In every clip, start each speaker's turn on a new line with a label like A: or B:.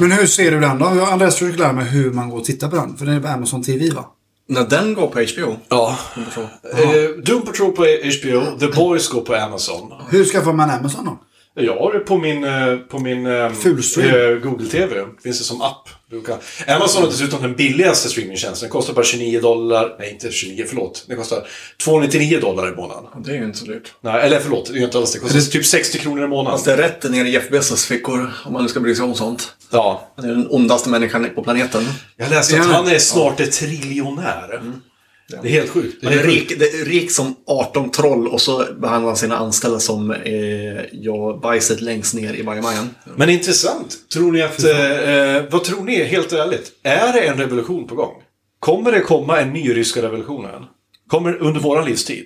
A: Men hur ser du den då? Andreas, du lära mig hur man går och tittar på den. För den är på Amazon TV va?
B: När den går på HBO.
C: Ja.
B: Så.
C: Eh, Doom Patrol på HBO, The Boys går på Amazon.
A: Hur skaffar man Amazon då?
C: Jag har det på min, eh, på min eh,
A: Fulstream.
C: eh, Google TV. Finns det som app. Du kan... Amazon har dessutom den billigaste streamingtjänsten. Den kostar bara 29 dollar. Nej, inte 29, förlåt. Den kostar 299 dollar i månaden.
B: Det är ju inte så dyrt.
C: Nej, eller förlåt, det är inte alls det. kostar typ 60 kronor i månaden.
B: Fast det är rätt ner i Jeff Bezos fickor, om man nu ska bry sig om sånt.
C: Ja.
B: Han är den ondaste människan på planeten.
C: Jag läste
A: Ja.
C: att han är snart ett triljonär. Det är helt sjukt. Mm. Det är
B: Han är
C: helt sjukt.
B: rik, det är rik som 18 troll och så behandlar han sina anställda som eh, ja, bajset längst ner i bajamajan.
C: Men intressant. Tror ni att... Eh, eh, vad tror ni, helt ärligt? Är det en revolution på gång? Kommer det komma en ny ryska revolutionen? Kommer under våran livstid?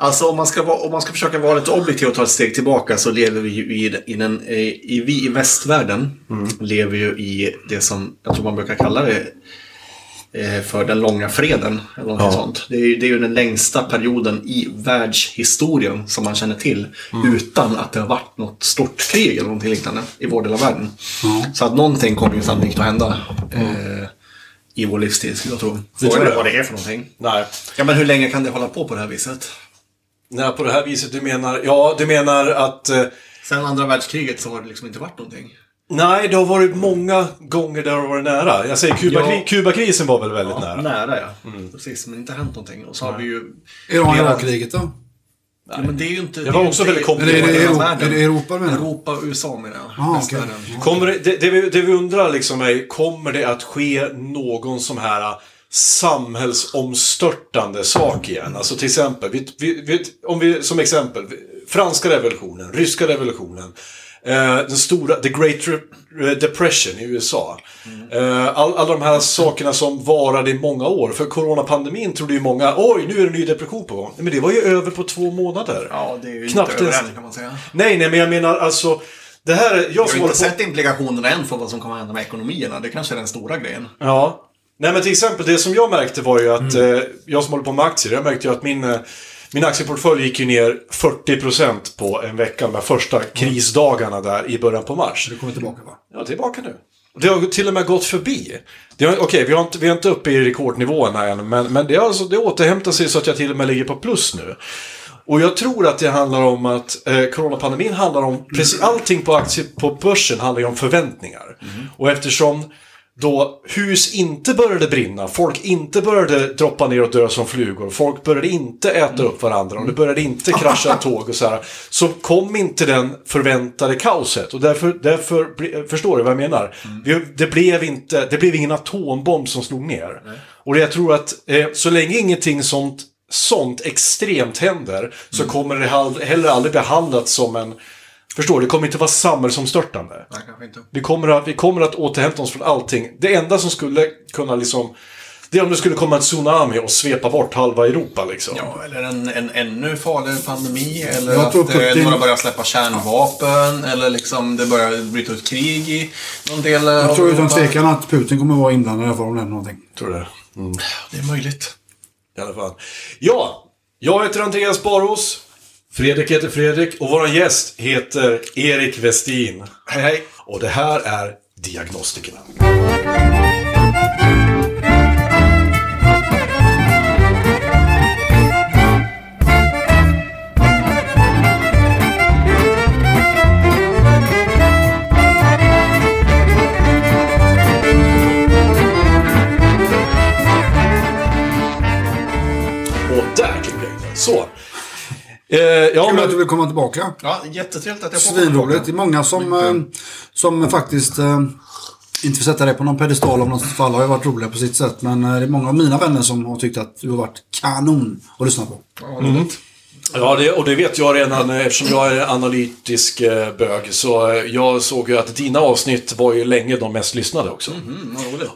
B: Alltså om man, ska vara, om man ska försöka vara lite objektiv och ta ett steg tillbaka så lever vi ju i, i den, eh, i, vi i västvärlden
C: Mm.
B: lever ju i det som jag tror man brukar kalla det eh, för den långa freden. Eller någonting sånt. Det, är, ju- det är ju den längsta perioden i världshistorien som man känner till
C: Mm.
B: utan att det har varit något stort krig eller någonting liknande i vår del av världen.
C: Mm.
B: Så att någonting kommer ju sannolikt att hända eh, i vår livstid skulle jag tro. Frågan
C: tror
B: är
C: jag.
B: vad det är för någonting.
C: Nej.
B: Ja, men hur länge kan det hålla på på det här viset?
C: Nej, på det här viset du menar... Ja, du menar att... Eh,
B: Sen andra världskriget så har det liksom inte varit någonting.
C: nej, det har varit många gånger där det har varit nära. Jag säger Kubakri-
B: Ja.
C: Kubakrisen var väl väldigt nära?
B: Nära ja. Precis, men inte hänt någonting. Och så har vi ju...
A: Iran-Irak-kriget då?
B: Ja, men det är ju inte...
C: Det var
B: är ju
C: också
B: inte-
C: väldigt
A: Eller är
C: komplicerat.
A: det,
B: hela
A: Europa,
B: världen.
A: är det Europa du menar?
B: Europa och USA menar jag.
A: Ah, okej.
B: Västvärlden.
C: Kommer det, det, det, vi, det vi undrar liksom är, kommer det att ske någon sån här ah, samhällsomstörtande sak igen? Alltså till exempel, vi, vi, vi, om vi som exempel, vi- franska revolutionen, ryska revolutionen, eh, den stora, the great Re- depression i USA.
B: Mm.
C: Eh, all, alla de här sakerna som varade i många år. För coronapandemin trodde ju många, oj nu är det en ny depression på gång. Nej, Men det var ju över på två månader.
B: Ja, det är ju
C: Knappt
B: inte över
C: ens-
B: än kan man säga.
C: Nej, nej, men jag menar alltså, det här är, jag
B: Jag har
C: som
B: inte
C: håller på...
B: sett implikationerna än för vad som kommer att hända med ekonomierna. Det kanske är den stora grejen.
C: Ja. Nej men till exempel det som jag märkte var ju att eh, jag som håller på med aktier, jag märkte ju att min, eh, min aktieportfölj gick ju ner 40% på en vecka, de här första krisdagarna där i början på mars.
A: Du kommer tillbaka va?
C: Ja, tillbaka nu. Det har till och med gått förbi. Det har- Okej, vi, har inte- vi är inte uppe i rekordnivåerna än, men, men det, är alltså, det återhämtar sig så att jag till och med ligger på plus nu. Och jag tror att det handlar om att eh, coronapandemin handlar om, precis allting på, aktie, på börsen handlar ju om förväntningar. Och eftersom då hus inte började brinna, folk inte började droppa ner och dö som flugor, folk började inte äta upp varandra och det började inte krascha tåg och så här. Så kom inte den förväntade kaoset och därför, därför bli- förstår du vad jag menar? Vi, det, blev inte, det blev ingen atombomb som slog ner. Och jag tror att eh, så länge ingenting sånt, sånt extremt händer så kommer det hal- heller aldrig behandlas som en... Förstår du? Det kommer inte vara samhällsomstörtande.
B: Nej, kanske inte.
C: Vi kommer, att, vi kommer att återhämta oss från allting. Det enda som skulle kunna liksom... Det är om det skulle komma en tsunami och svepa bort halva Europa liksom.
B: Ja, eller en, en ännu farligare pandemi. Eller
A: Jag
B: att
A: tror
B: eh,
A: Putin-
B: några börjar släppa kärnvapen. Eller liksom det börjar bryta ut krig i någon del
A: Jag tror utan tvekan att Putin kommer vara inblandad i alla fall om det händer någonting.
C: Tror du det?
B: Det är möjligt.
C: Mm. I alla fall. Ja, jag heter Andreas Barås. Fredrik heter Fredrik och vår gäst heter Erik Westin.
B: Hej, hej.
C: Och det här är Diagnostikerna. Och där klippte jag in det. Så. Eh, ja,
A: Kul
C: men...
A: att du vill komma tillbaka.
B: Ja, jättetrevligt att jag får
A: Svinroligt. Det är många som, eh, som faktiskt eh, inte vill sätta dig på någon pedestal av något fall. har ju varit roliga på sitt sätt. Men eh, det är många av mina vänner som har tyckt att du har varit kanon att lyssna på.
B: Ja, roligt.
C: Ja, det, och det vet jag redan eh, eftersom jag är analytisk eh, bög. Så eh, jag såg ju att dina avsnitt var ju länge de mest lyssnade också.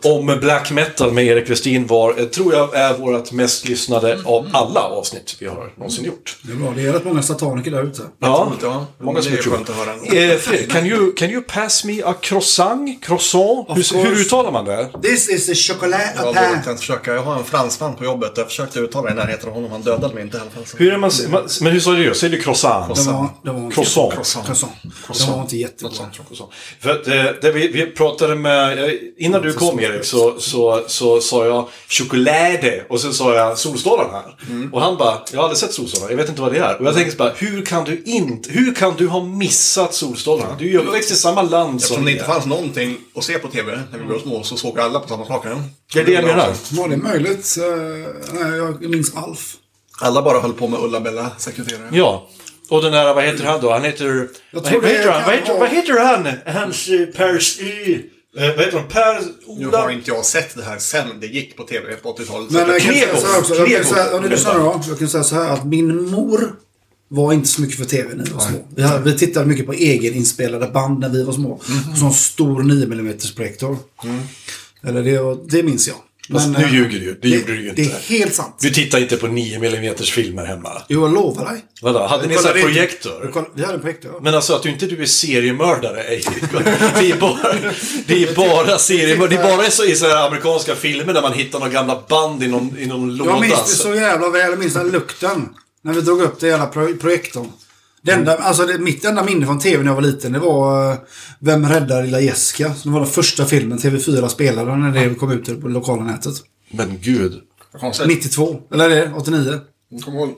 C: Om black metal med Erik Westin var, eh, tror jag, är vårt mest lyssnade av alla avsnitt vi har någonsin gjort.
A: Det är bra. Det är rätt många sataniker där ute.
C: Ja,
B: Ja,
C: många som
B: det
C: har
B: är
C: gjort.
B: skönt att höra.
C: Eh, Fredrik, can you, can you pass me a croissant? Croissant? Hur, hur
A: course.
C: uttalar man det?
A: This is the chocolate
B: Jag vågar inte
A: pain.
B: ens försöka. Jag har en fransman på jobbet. Jag försökte uttala i närheten av honom. Han dödade mig inte i alla fall. så.
C: Hur är man, man, Mm. men hur sa du? Säger du croissant?
A: Det var, det var
C: Croissant.
A: Croissant. Det var inte jättebra.
C: För att, eh, det vi, vi pratade med, eh, innan du kom Erik så, så, så sa jag choklade och sen sa jag solstolarna här. Och han bara, jag har aldrig sett solstolarna, jag vet inte vad det är. Och jag tänkte så bara, hur kan du inte, hur kan du ha missat solstolarna? Du är ju uppväxt i samma land
B: Eftersom
C: som
B: det
C: vi
B: inte
C: är.
B: fanns någonting att se på TV när vi var små så såg alla på samma saker.
C: Det är det jag menar.
A: Var det möjligt? Eh, nej, jag minns Alf.
B: Alla bara höll på med Ulla-Bella sekreterare.
C: Ja. Och den här, vad heter han då? Han heter... Vad
A: tror
C: heter,
A: det
C: vad heter han?
A: kan
C: Vad heter,
A: vara-
C: vad heter han? Hans eh, Pers... eh, eh, Vad heter han? Per...
B: Nu
C: Ola...
B: har inte jag sett det här sen det gick på TV på 80-talet.
A: Men jag kan
C: Klebo.
A: säga så här också. Jag kan
C: Klebo.
A: säga, ja, nu lyssnar du, ja. jag kan säga så här att min mor var inte så mycket för TV när vi var små. Vi, hade, vi tittade mycket på egeninspelade band när vi var små.
C: Mhm.
A: Mm. Sån stor 9 mm projektor. Eller det, det minns jag.
C: Fast
A: Men,
C: nu
A: eh,
C: ljuger du. Det gjorde du ju
A: Det
C: inte.
A: är helt sant.
C: Du tittar inte på 9 mm filmer hemma.
A: Jo, jag lovar dig.
C: Vadå, hade ni
A: Jag
C: så här
A: kollade in-
C: projektor?
A: jag kollade- Vi hade en projektor.
C: Men alltså att du inte du är seriemördare är ju... Det är bara, det är bara seriemördare. Det är bara så i så här amerikanska filmer där man hittar några gamla band i någon, i någon låda.
A: Jag minns det
C: alltså.
A: så jävla väl. Jag minns den lukten. När vi drog upp det hela pro- projektorn. Det enda, alltså det, mitt enda minne från tv när jag var liten det var eh, Vem räddar lilla Jessica? Som var den första filmen TV4 spelade när det kom ut på lokala nätet.
C: Men gud.
B: Konstigt.
A: 92, eller är det 89?
B: Kom ihåg.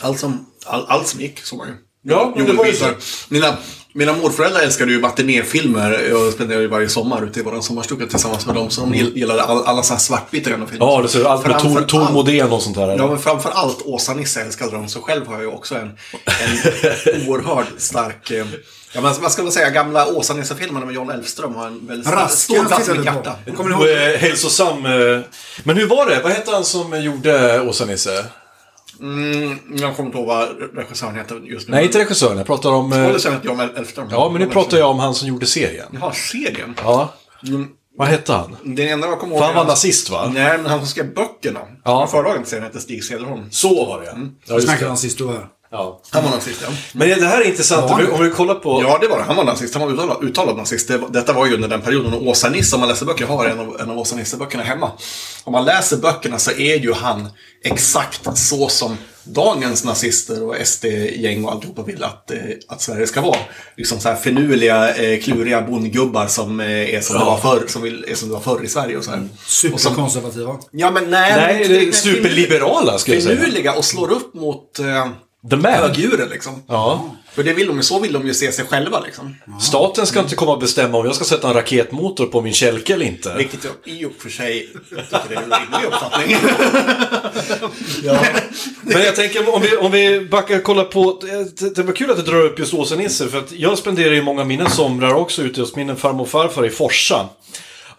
B: Allt som, all, allt som gick såg man ju.
C: Ja, men det var ju så.
B: Mina, mina morföräldrar älskade ju matinéfilmer. Jag spenderade ju varje sommar ute i vår sommarstuga tillsammans med dem. Så de gill- gillade all, alla sådana här svartvita gamla filmer.
C: Ja, det ser allt med Tor,
B: Framför
C: Tor
B: allt-
C: Modén och sånt där.
B: Ja, men framför allt Åsa-Nisse älskade dem. Så själv har jag ju också en, en oerhört stark... eh, Ja, men man ska väl säga gamla Åsa-Nisse-filmerna med Jan Elfström har en väldigt stor, stor
A: Rasken
B: plats i
A: tittade
B: mitt
A: du
B: hjärta.
A: på. Kommer ni
C: Och,
A: ihåg?
C: eh, hälsosam. eh, Men hur var det? Vad hette han som gjorde Åsa-Nisse?
B: Mm, Jag kommer inte ihåg vad regissören heter just nu.
C: Nej, inte regissören. Jag pratar om... eh,
B: Håller sig att Jan Elfström.
C: Ja, men nu pratar jag om han som gjorde serien.
B: Jaha, serien?
C: Ja.
B: Mm.
C: Vad hette han?
B: Den enda jag kommer ihåg...
C: För han var
B: är-
C: nazist, va?
B: Nej, men han som skrev böckerna.
C: Ja.
B: Ja. Förlagen till serien hette Stig Cederholm.
C: Så var det,
B: Mm.
C: ja. just
A: Snackade
C: det.
A: han sist du var här.
C: Ja.
B: Han var nazist, ja.
C: Men det här är intressant. Om vi, om vi kollar på...
B: Ja, det var det. Han var nazist. Han var uttalad, uttalad nazist. Det, var- detta var ju under den perioden. Och Åsa-Nisse, om man läser böcker, jag har en av, en av Åsa-Nisse-böckerna hemma. Om man läser böckerna så är ju han exakt så som dagens nazister och SD-gäng och alltihopa vill att, eh, att Sverige ska vara. Liksom så här finurliga, eh, kluriga bondgubbar som eh, är som, det var förr, som vill, är som det var förr i Sverige och så här.
A: Mm.
B: Och som-
A: Superkonservativa.
B: Ja, men nej. men
C: Nej,
B: inte
C: det är
B: riktigt
C: superliberala skulle jag säga.
B: finurliga och slår upp mot eh,
C: The man.
B: högdjuren liksom.
C: Ja.
B: För det vill de ju, så vill de ju se sig själva liksom.
C: Staten ska inte komma och bestämma om jag ska sätta en raketmotor på min kälke eller inte.
B: Vilket jag i och för sig tycker är en rimlig uppfattning.
C: Men jag tänker om vi, om vi backar och kollar på... Det, det var kul att du drar upp just Åsa-Nisse för att jag spenderade ju många av mina somrar också ute hos min farmor och farfar i Forsa.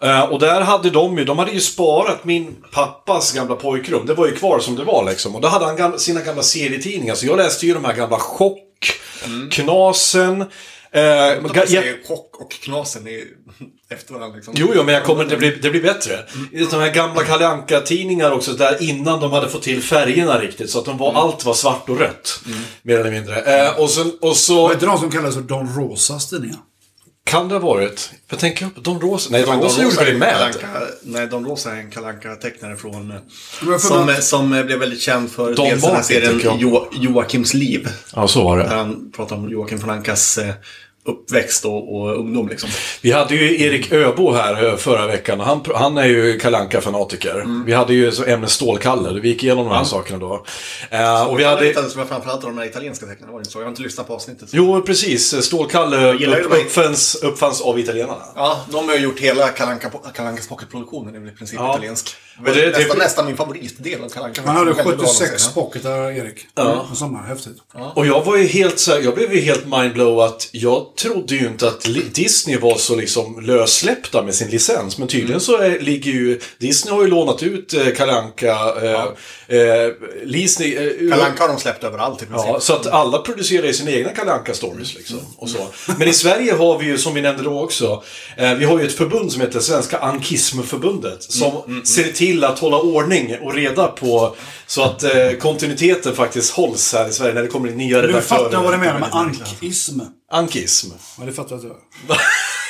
C: Eh, och där hade de ju, de hade ju sparat min pappas gamla pojkrum. Det var ju kvar som det var liksom. Och då hade han gam- sina gamla serietidningar. Så jag läste ju de här gamla Chock, Knasen. Eh,
B: Att man
C: ga-
B: säger chock och knasen i, efter varandra liksom.
C: Jo, jo, men jag kommer, det, blir, det blir bättre.
B: Mm.
C: De här gamla Kalle Anka-tidningar också, där innan de hade fått till färgerna riktigt, så att de var,
B: Mm.
C: allt var svart och rött. Mer eller mindre. Eh, och, så, och så...
A: Var inte de som kallades för Don Rosas tidningar?
C: Kan det ha varit... Jag tänker på Don Rosa. Nej,
B: Men
C: Don Rosa gjorde
B: är
C: väl
B: en
C: med?
B: Kalle Anka- Nej, Don Rosa är en kalanka tecknare från... eh,
A: Men jag får
B: Som,
A: bara-
B: eh, som eh, blev väldigt känd för
C: Don
B: dels den här
C: Martin,
B: serien
C: tycker jag.
B: jo, Joakims liv.
C: Ja, så var det.
B: Där han pratar om Joakim von Ankas eh, uppväxt och, och ungdom liksom.
C: Vi hade ju Erik Öbo här eh, förra veckan och han, pr- han är ju kalanka fanatiker
B: Mm.
C: Vi hade ju så ämnet Stålkalle, vi gick igenom de här sakerna då. Eh, och vi
B: Jag
C: hade...
B: hittade som jag framförallt av de här italienska tecknarna, var det inte så? Jag har inte lyssnat på avsnittet.
C: Jo, precis. Stålkalle
B: gillar ju
C: upp,
B: de här-
C: uppfanns, uppfanns av italienarna.
B: Ja, de har ju gjort hela Kalanka, Kalankas Pocket-produktionen, det är väl i princip
C: Ja.
B: italiensk.
C: Och det- typ-
B: nästan,
C: det-
B: nästan min favoritdel av Kalanka.
A: Han hade
B: Väldigt bra,
A: 76
B: de
A: pocketar, Erik. Ja. Samma, häftigt.
C: Och jag var ju helt så här, jag blev ju helt mindblow att jag trodde ju inte att li- Disney var så liksom lössläppta med sin licens. Men
B: Mm.
C: tydligen så är, ligger ju... Disney har ju lånat ut eh, Kalanka eh, eh, Disney... Eh, ur-
B: Kalle Anka har de släppt överallt i
A: Alltså,
B: princip.
C: Ja, så att alla producerar ju sina egna Kalanka stories liksom. Och så. Men i Sverige har vi ju, som vi nämnde då också, eh, vi har ju ett förbund som heter Svenska
A: Mm,
C: Ankismförbundet. Som ser till att hålla ordning och reda på så att eh, kontinuiteten faktiskt hålls här i Sverige när det kommer in nya
A: Du
C: redaktörer.
A: fattar vad du menar med ankism.
C: Ankism.
A: Ja, det fattar jag.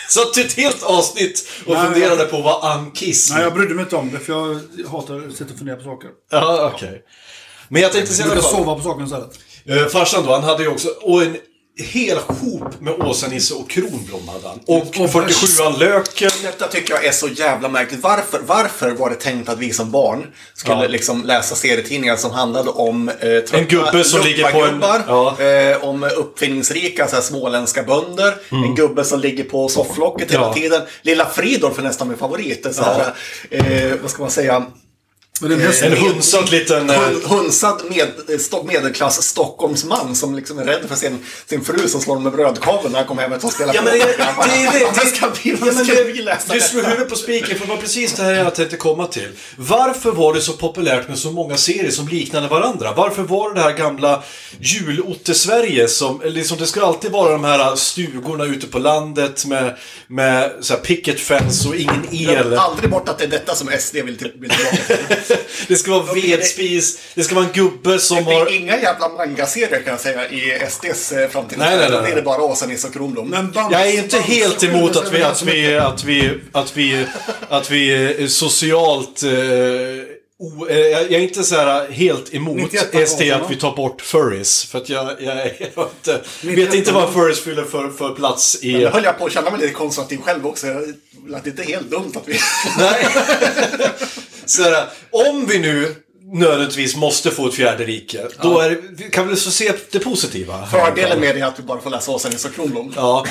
C: Så att det är ett helt avsnitt och
A: Nej,
C: funderade på vad ankism
A: Nej, jag brydde mig inte om det för jag hatar att sitta och fundera på saker.
C: Ja, okej. Men jag tänkte
A: Jag
C: säga i alla
A: brukar
C: fall-
A: sova på saker istället.
C: Eh, farsan då, han hade ju också, och en hel hop med Åsa-Nisse och Kronblom hade han. Och,
A: Och
C: 47an Löken.
B: Detta tycker jag är så jävla märkligt. Varför, varför var det tänkt att vi som barn skulle
C: Ja.
B: liksom läsa serietidningar som handlade om eh, trötta
C: En gubbe som ligger på en-
B: lumpagubbar,
C: ja.
B: eh, om uppfinningsrika så här, småländska bönder, en gubbe som ligger på sofflocket hela
C: Mm. Ja.
B: tiden. Lilla Fridolf är nästan min favorit. En Så här, eh, vad ska man säga?
A: Men den hästen...
C: En hunsad liten... eh,
B: Hun- Hunsad med, eh, sto- medelklass Stockholmsman som liksom är rädd för sin, sin fru som slår honom med brödkaveln när han kommer hem och tar och spelar
C: Ja men det, det, är det,
B: Varför ska vi, varför
C: Ja, men
B: ska
C: det-
B: vi läsa
C: Du
B: detta?
C: slår huvudet på spiken, för det var precis det här jag tänkte komma till. Varför var det så populärt med så många serier som liknade varandra? Varför var det det här gamla julotte-Sverige som, eller liksom, det skulle alltid vara de här stugorna ute på landet med, med så här picket fence och ingen el.
B: Glöm aldrig bort att det är detta som SD vill till- vill tillbaka till.
C: Det ska vara vedspis, det ska vara en gubbe som
B: Det
C: har...
B: är inga jävla mangaserier kan jag säga i SDs eh, framtid.
C: Nej, nej, nej,
B: Utan
C: nej.
B: Det är bara Åsa-Nisse och Kronblom.
A: Men Bamse-
C: Jag är inte
A: Bamse
C: helt
A: skiljer
C: emot
A: sig
C: att vi,
A: väl
C: att vi, att vi, att vi, att vi är socialt... Eh, o, eh, jag jag är inte så här helt emot
A: 91
C: ST
A: av dem,
C: att vi tar bort furries. För att jag, jag, är- jag inte,
A: 91
C: vet inte vad
A: av
C: furries fyller för, för plats i...
B: Nu höll jag på att känna mig lite konservativ själv också. Jag lät inte helt dumt att vi...
C: Nej. så här, om vi nu nödvändigtvis måste få ett fjärde rike, då är, det- vi kan vi väl så se det positiva.
B: Fördelen med det är att vi bara får läsa Åsa-Nisse och Kronblom.
C: Ja.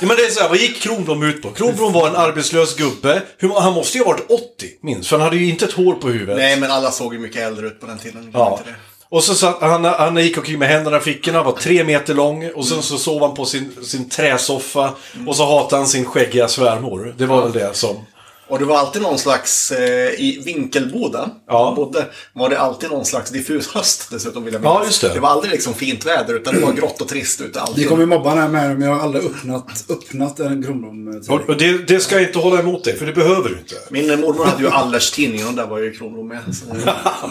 C: ja, men det är så här, vad gick Kronblom ut på? Kronblom var en arbetslös gubbe. Hur- Han måste ju ha varit 80, minst. För han hade ju inte ett hår på huvudet.
B: Nej, men alla såg ju mycket äldre ut på den tiden. Glöm
C: Ja.
B: inte det.
C: Och så satt han, han gick omkring med händerna i fickorna, var tre meter lång och sen så sov han på sin, sin träsoffa och så hatade han sin skäggiga svärmor. Det var väl det som...
B: Och det var alltid någon slags, eh, i Vinkelboda,
C: Ja.
B: ja. man bodde, var det alltid någon slags diffus höst dessutom vill jag
C: Ja, just det.
B: det var aldrig liksom fint väder utan det var grått och trist ute alltid.
A: Vi kommer ju mobba den här med men jag har aldrig öppnat, öppnat en eh, Kronblom
C: Och och det, det ska jag inte hålla emot dig, för det behöver du inte.
B: Min mormor hade ju Allerstidningen och där var ju Kronblom med. Så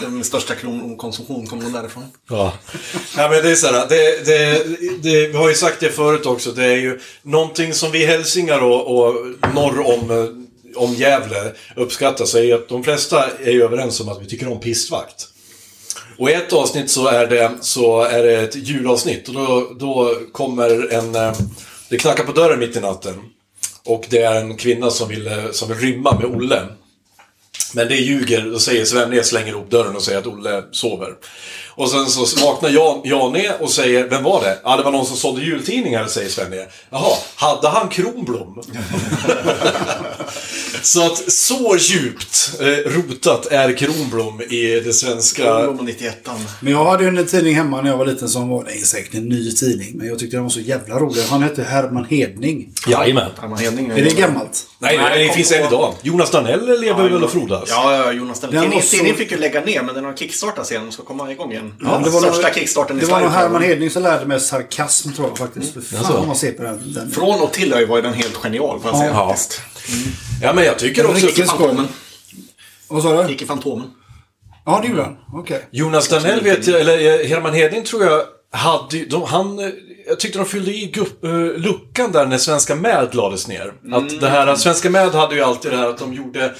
B: det- min största Kronblomkonsumtion kom nog därifrån.
C: Ja. Nej, men det är så här, det, det, det, vi har ju sagt det förut också, det är ju någonting som vi hälsingar och, och norr om, eh, om Gävle uppskattar så är ju att de flesta är ju överens om att vi tycker om pistvakt. Och i ett avsnitt så är det, så är det ett julavsnitt och då, då kommer en... eh, Det knackar på dörren mitt i natten. Och det är en kvinna som vill, eh, som vill rymma med Olle. Men det ljuger, då säger Svenne, slänger ihop dörren och säger att Olle sover. Och sen så vaknar Jan, Jane och säger, vem var det? Ja, det var någon som sålde jultidningar, säger Svenne. Jaha, hade han Kronblom? så att så djupt eh, rotat är Kronblom i det svenska
B: Kronblom och 91an.
A: Men jag hade ju en tidning hemma när jag var liten som var, det är säkert en ny tidning, men jag tyckte den var så jävla rolig. Han hette Herman Hedning.
C: Jajamän.
B: Herman Hedning.
A: Är det gammalt?
C: Nej, nej, det
B: kom
C: finns
B: på.
C: än idag. Jonas Danell lever väl och frodas?
B: Ja, ja, Jonas den
A: Den
B: tidningen,
A: var så-
B: tidningen fick ju lägga ner men den har kickstartats igen och ska komma igång igen.
A: Ja,
B: det var Största
A: nog-
B: kickstarten i
A: Det var
B: Sverige.
A: nog Herman
B: tror jag.
A: Hedning som lärde mig sarkasm tror jag faktiskt. För fan vad man ser på den. den.
B: Från och till har ju varit den helt genial får jag säga.
C: Ja.
B: faktiskt.
C: Ja, men jag tycker också...
A: Riktigt skoj.
B: Fantomen.
A: Vad sa du?
B: Gick i Fantomen.
A: Ja, det gjorde han. Okej.
C: Jonas Danell vet jag, eller eh, Herman Hedin tror jag, hade ju- de, han, eh, jag tyckte de fyllde i gupp, eh, luckan där när Svenska Med lades ner. Att det här, Svenska Med hade ju alltid det här att de gjorde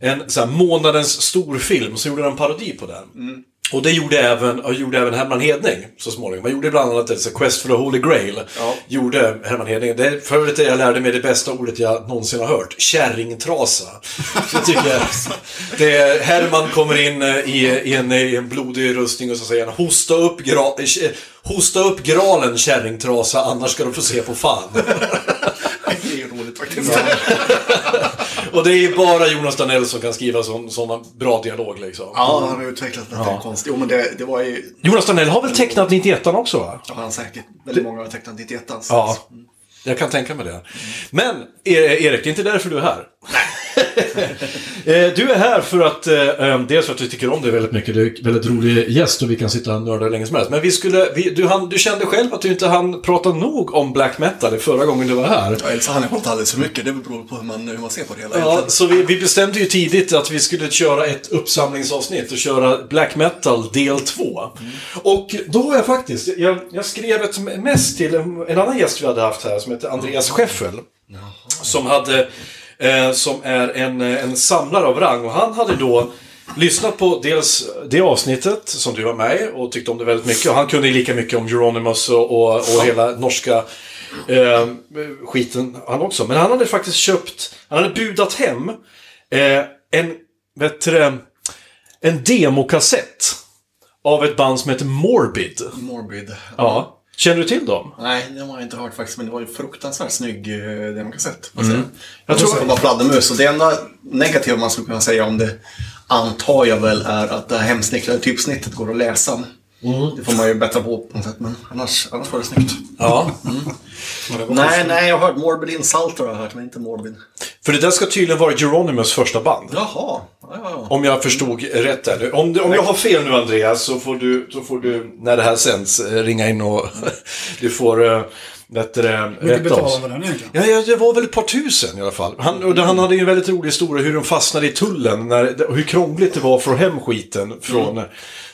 C: en så här, månadens storfilm, så gjorde de en parodi på den. Och det gjorde även, och gjorde även Herman Hedning så småningom. Man gjorde bland annat ett så här, Quest for the Holy Grail. Gjorde Herman Hedning. Det är för övrigt det jag lärde mig det bästa ordet jag någonsin har hört. Kärringtrasa. Det tycker jag. Det är, Herman kommer in eh, i, i, en, i en blodig rustning och så säger han hosta upp, gra, eh, kä- hosta upp gralen kärringtrasa annars ska du få se på fan.
B: Det är ju roligt faktiskt.
C: och det är ju bara Jonas Danell som kan skriva sådana bra dialog liksom.
B: Ja, han har utvecklat den ja. konst. Jo, men det, det var ju...
C: Jonas Danell har väl tecknat 91 också va?
B: Han har säkert väldigt många har tecknat 91
C: Ja. Alltså, Jag kan tänka mig det. Men E- Erik, det är inte därför du är här. Eh, du är här för att, eh, eh, dels för att vi tycker om dig väldigt mycket, du är en väldigt rolig gäst och vi kan sitta och nörda hur länge som helst. Men vi skulle, vi, du, hann- du kände själv att du inte hann prata nog om black metal förra gången du var här.
B: Ja, Eller så har han pratat alldeles för mycket. Det beror på hur man, hur man ser på det hela.
C: Ja, så vi, vi bestämde ju tidigt att vi skulle köra ett uppsamlingsavsnitt och köra black metal del 2. Och då har jag faktiskt, jag, jag skrev ett mess till en, en annan gäst vi hade haft här som heter Andreas Scheffel. Som hade, eh, som är en, eh, en samlare av rang och han hade då Lyssnat på dels det avsnittet som du var med i och tyckte om det väldigt mycket. Och han kunde ju lika mycket om Euronymous och, och, och hela norska eh, skiten han också. Men han hade faktiskt köpt, han hade budat hem eh, en, vet du, det, en demokassett av ett band som heter Morbid.
B: Morbid.
C: Ja. Känner du till dem?
B: Nej, det har jag inte hört faktiskt, men det var ju fruktansvärt snygg eh, demokassett. Mm. Jag
C: tror-
B: tror det var fladdermus. Och det enda negativa man skulle kunna säga om det, antar jag väl, är att det här hemsnickrade typsnittet går att läsa.
C: Mm.
B: Det får man ju bättra på på något sätt, men annars, annars var det snyggt.
C: Ja.
B: Nej, nej, jag har hört Morbid Insulter har jag hört, men inte Morbid.
C: För det där ska tydligen vara Euronymous första band.
B: Jaha, ja, ja, ja.
C: Om jag förstod rätt där nu. Om, du- om jag har fel nu Andreas så får du, så får du när det här sänds, eh, ringa in och du får eh, vet du, det,
A: Mycket
C: rätta
A: betalar
C: oss.
A: man den egentligen?
C: Ja, ja, det var väl ett par tusen i alla fall. Han, och det- han hade ju en väldigt rolig historia hur de fastnade i tullen. När, och hur krångligt det var att få hem skiten från...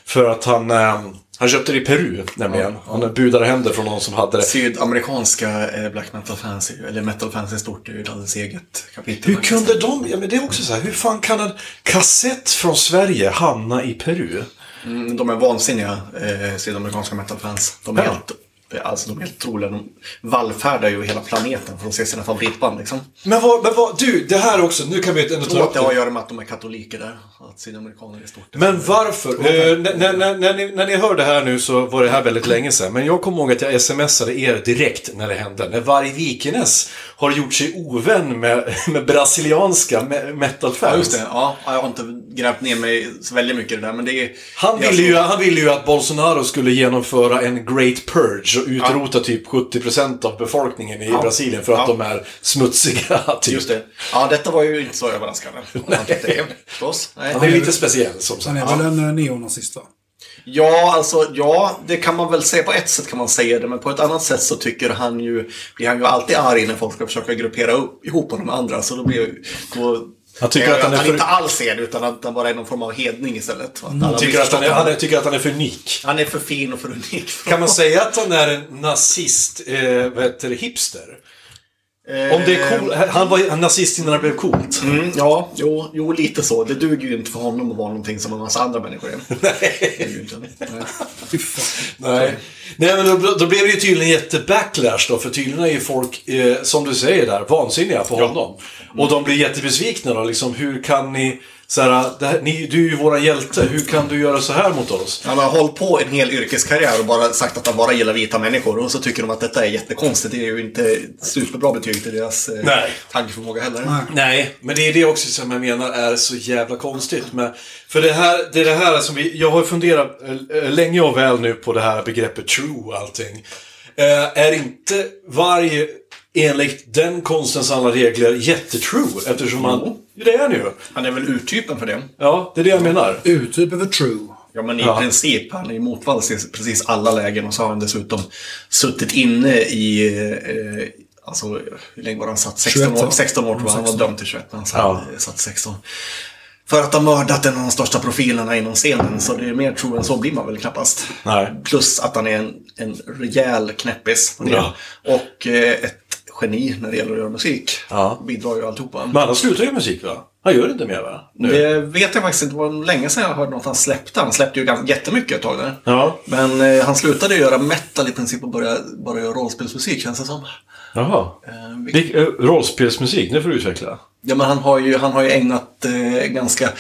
C: För att han... eh, Han köpte det i Peru nämligen. Han budade hem det från någon som hade det.
B: Sydamerikanska eh, black metal-fans, eller metal-fans i stort, det är ju ett alldeles eget kapitel.
C: Hur
B: faktiskt.
C: kunde de... Ja, men det är också så här, hur fan kan en kassett från Sverige hamna i Peru?
B: Mm, De är vansinniga, eh, sydamerikanska metalfans. De är
C: Ja.
B: helt, eh, alltså, de är helt troliga. De vallfärdar ju hela planeten för att se sina favoritband. Liksom.
C: Men vad, men vad, du, det här också, nu kan vi ändå
B: Jag tror att det
C: det.
B: har att göra med att de är katoliker där. Att sydamerikaner är stort.
C: Men varför? Eh, när, när, när, när, ni, när ni hör det här nu så var det här väldigt länge sedan. Men jag kommer ihåg att jag smsade er direkt när det hände. När Varg Vikernes har gjort sig ovän med, med brasilianska me- metalfans.
B: Ja, just det. Ja, jag har inte grävt ner mig så väldigt mycket i det där. Men det är,
C: Han
B: det är
C: ville, ju,
B: alltså-
C: han ville ju att Bolsonaro skulle genomföra en Great Purge och utrota typ 70% av befolkningen i Brasilien för att
B: Ja.
C: de är smutsiga. Typ.
B: Just det. Ja, detta var ju inte så överraskande. Han tyckte det, förstås. Nej.
C: Han är lite speciell som sagt.
A: Han är väl en eh, neonazist va?
B: Ja, alltså ja, det kan man väl säga. På ett sätt kan man säga det, men på ett annat sätt så tycker han ju, blir han ju alltid arg när folk ska försöka gruppera upp, ihop honom med andra. Så då blir då,
C: Han tycker
B: eh,
C: att han är för-
B: inte alls är det, utan att han bara är någon form av hedning istället. Att alla
C: Han tycker att han är,
B: missförstår
C: han är,
B: honom.
C: tycker att han är för unik.
B: han är för fin och för unik.
C: Kan man säga att han är en nazist, eh, vad heter det, hipster? Om det är cool, han var nazist innan det blev coolt.
B: Mm, ja, jo, jo, lite så. Det duger ju inte för honom att vara någonting som en massa andra människor är. Det är ju inte- Nej.
A: Fy fan.
C: Nej. Nej, men då, då blev det ju tydligen jättebacklash då, för tydligen är ju folk, eh, som du säger där, vansinniga på honom. Och de blir jättebesvikna då, liksom, hur kan ni, så här, det här, ni, du är ju våran hjälte, hur kan du göra så här mot oss?
B: Han har hållit på en hel yrkeskarriär och bara sagt att han bara gillar vita människor. Och så tycker de att detta är jättekonstigt. Det är ju inte superbra betyg till deras eh,
C: Nej.
B: tankeförmåga heller.
A: Nej.
C: Nej, men det är det också som jag menar är så jävla konstigt. Men, för det, här, det är det här som vi, jag har funderat eh, länge och väl nu på det här begreppet true och allting. Eh, är inte varje, enligt den konstens alla regler, jättetrue? Eftersom man... Det är han ju.
B: Han är väl urtypen för det.
C: Ja, det är det jag menar.
A: Urtyp över true.
B: Ja, men i princip. Han är motvalls i precis alla lägen. Och så har han dessutom suttit inne i... Eh, alltså, hur länge var han satt? 16
A: 21,
B: år,
A: va?
B: 16 år tror jag. Han var
A: 16.
B: dömd till 21 när han satt,
C: Ja.
B: satt 16. För att ha mördat en av de största profilerna inom scenen. Så det är mer tro än så blir man väl knappast.
C: Nej.
B: Plus att han är en, en rejäl knäppis. på det.
C: Ja.
B: Och eh, ett geni när det gäller att göra musik.
C: Ja.
B: Bidrar ju alltihopa.
C: Men han slutar ju med musik va? Han gör inte mer va? Nu.
B: Det vet jag faktiskt inte. Det var länge sedan jag hörde något han släppte. Han släppte ju ganska, jättemycket ett tag där.
C: Ja.
B: Men eh, han slutade göra metal i princip och började bara göra rollspelsmusik känns det som.
C: Jaha.
B: Eh, vilket-
C: Vilk, eh, rollspelsmusik, det får du utveckla.
B: Ja, men han har ju, han har ju ägnat eh, ganska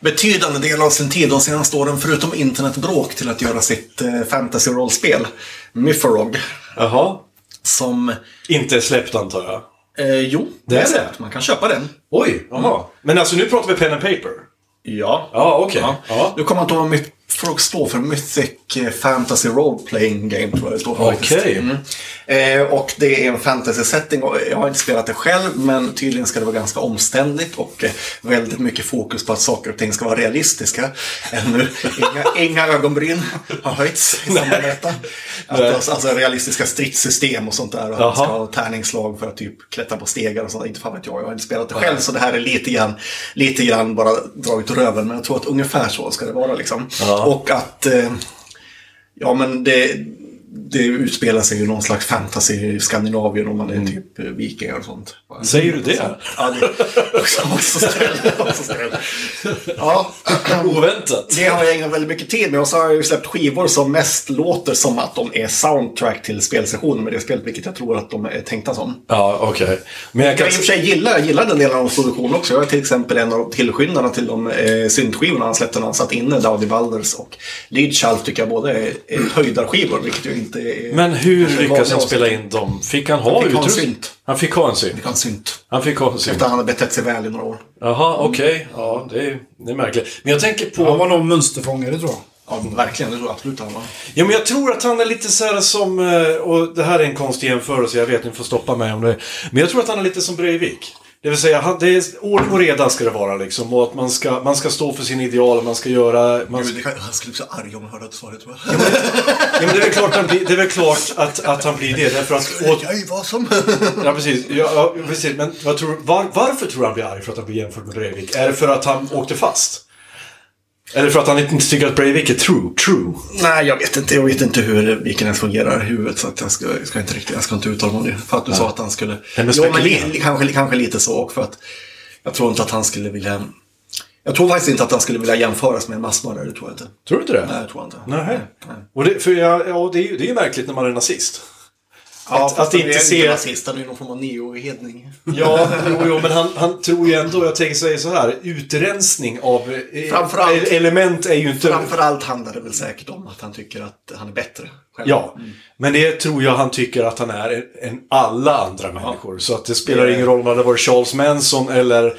B: betydande del av sin tid de senaste åren, förutom internetbråk, till att göra sitt eh, fantasy-rollspel Mythorog.
C: Jaha.
B: Som,
C: Inte släppt antar jag.
B: eh, jo,
C: Det är det.
B: släppt. Man kan köpa den.
C: Oj, jaha. Men alltså nu pratar vi pen and paper.
B: Ja.
C: Ja, okej. Ja.
B: Nu kommer jag inte ihåg vad mitt Frog står för Mythic eh, Fantasy Role Playing Game, tror jag det står för. faktiskt.
C: Okej.
B: Mm. Eh, och det är en fantasy-setting och jag har inte spelat det själv, men tydligen ska det vara ganska omständigt och eh, väldigt mycket fokus på att saker och ting ska vara realistiska. Ännu. Inga, inga ögonbryn har höjts i samband med detta. Att, alltså, alltså realistiska stridssystem och sånt där. Och att man ska
C: Jaha.
B: ha tärningslag för att typ klättra på stegar och sånt. Inte fan vet jag, jag har inte spelat det själv. Så det här är lite grann, lite grann bara dragit ur röven. Men jag tror att ungefär så ska det vara liksom. Och att... Eh, Ja, men det, det utspelar sig ju någon slags fantasy i Skandinavien om man är typ eh, vikingar och sånt.
C: Mm. Säger du det?
B: Ja, det också, också ställ, också ställ. Ja,
C: Oväntat.
B: det har jag ägnat väldigt mycket tid med. Och så har jag ju släppt skivor som mest låter som att de är soundtrack till spelsessioner med det spelet, vilket jag tror att de är tänkta som.
C: Ja, okej. Men jag
B: Jag
C: kan...
B: i och för sig gillar, jag gillar den delen av hans produktion också. Jag är till exempel en av tillskyndarna till de eh, syntskivorna han släppte när han satt inne, Dowdy Walders och Lidschalt tycker jag båda är, är höjdarskivor, vilket ju inte är...
C: Men hur
B: kanske
C: lyckades
B: vanliga
C: han spela
B: åsikter.
C: in dem? Fick han ha
B: Han fick ha en
C: utrustning?
B: synt.
C: Han fick ha en synt.
B: Det kan synt.
C: Han fick ha en synt.
B: Efter att han har betett sig väl i några år.
C: Jaha, okej. Ja, det är, det är märkligt. Men jag tänker på...
A: Han var nog mönsterfångare tror jag.
B: Ja, verkligen. Det tror jag absolut han var.
C: Ja, men jag tror att han är lite så här som, eh, och det här är en konstig jämförelse, jag vet, ni får stoppa mig om det. Men jag tror att han är lite som Breivik. Det vill säga, han- det är ordning och reda ska det vara liksom. Och att man ska, man ska stå för sin ideal, och man ska göra... Man ska,
B: Gud, det kan- Han skulle bli så arg om han hörde att du sa det, tror jag.
C: ja, men det är väl klart, han blir, det är väl klart att, att han blir det. Därför att, och,
B: Jag är ju vad som...
C: ja, precis, ja, ja, precis. Men vad tror, var, varför tror han blir arg för att han blir jämförd med Breivik? Är det för att han åkte fast? Eller för att han inte tycker att Breivik är true? True?
B: Nej, jag vet inte. Jag vet inte hur vilken ens fungerar i huvudet. Så att jag, ska, jag, ska inte riktigt, jag ska inte uttala mig om det. För att du sa att han skulle...
C: men
B: jo, men
C: spekulera.
B: li, kanske, kanske lite så. Och för att jag tror inte att han skulle vilja... Jag tror faktiskt inte att han skulle vilja jämföras med en massmördare. Det tror jag inte.
C: Tror du inte det?
B: Nej, jag tror inte.
C: Nej. Och det, för jag, ja, det, är ju, det är ju märkligt när man är nazist.
B: Ja,
C: Att-
B: att,
C: att
B: att
C: inte
B: inte
C: se-
B: se... Rasist, han är ju någon form av neohedning.
C: Ja, jo, jo, men han, han tror ju ändå, jag tänker säga så här, utrensning av eh,
B: Framförallt-
C: eh, element är ju inte...
B: Framförallt handlar det väl säkert om att han tycker att han är bättre. Själv.
C: Ja, Mm. men det tror jag han tycker att han är en- än alla andra människor. Så att det spelar ingen roll om det hade varit Charles Manson eller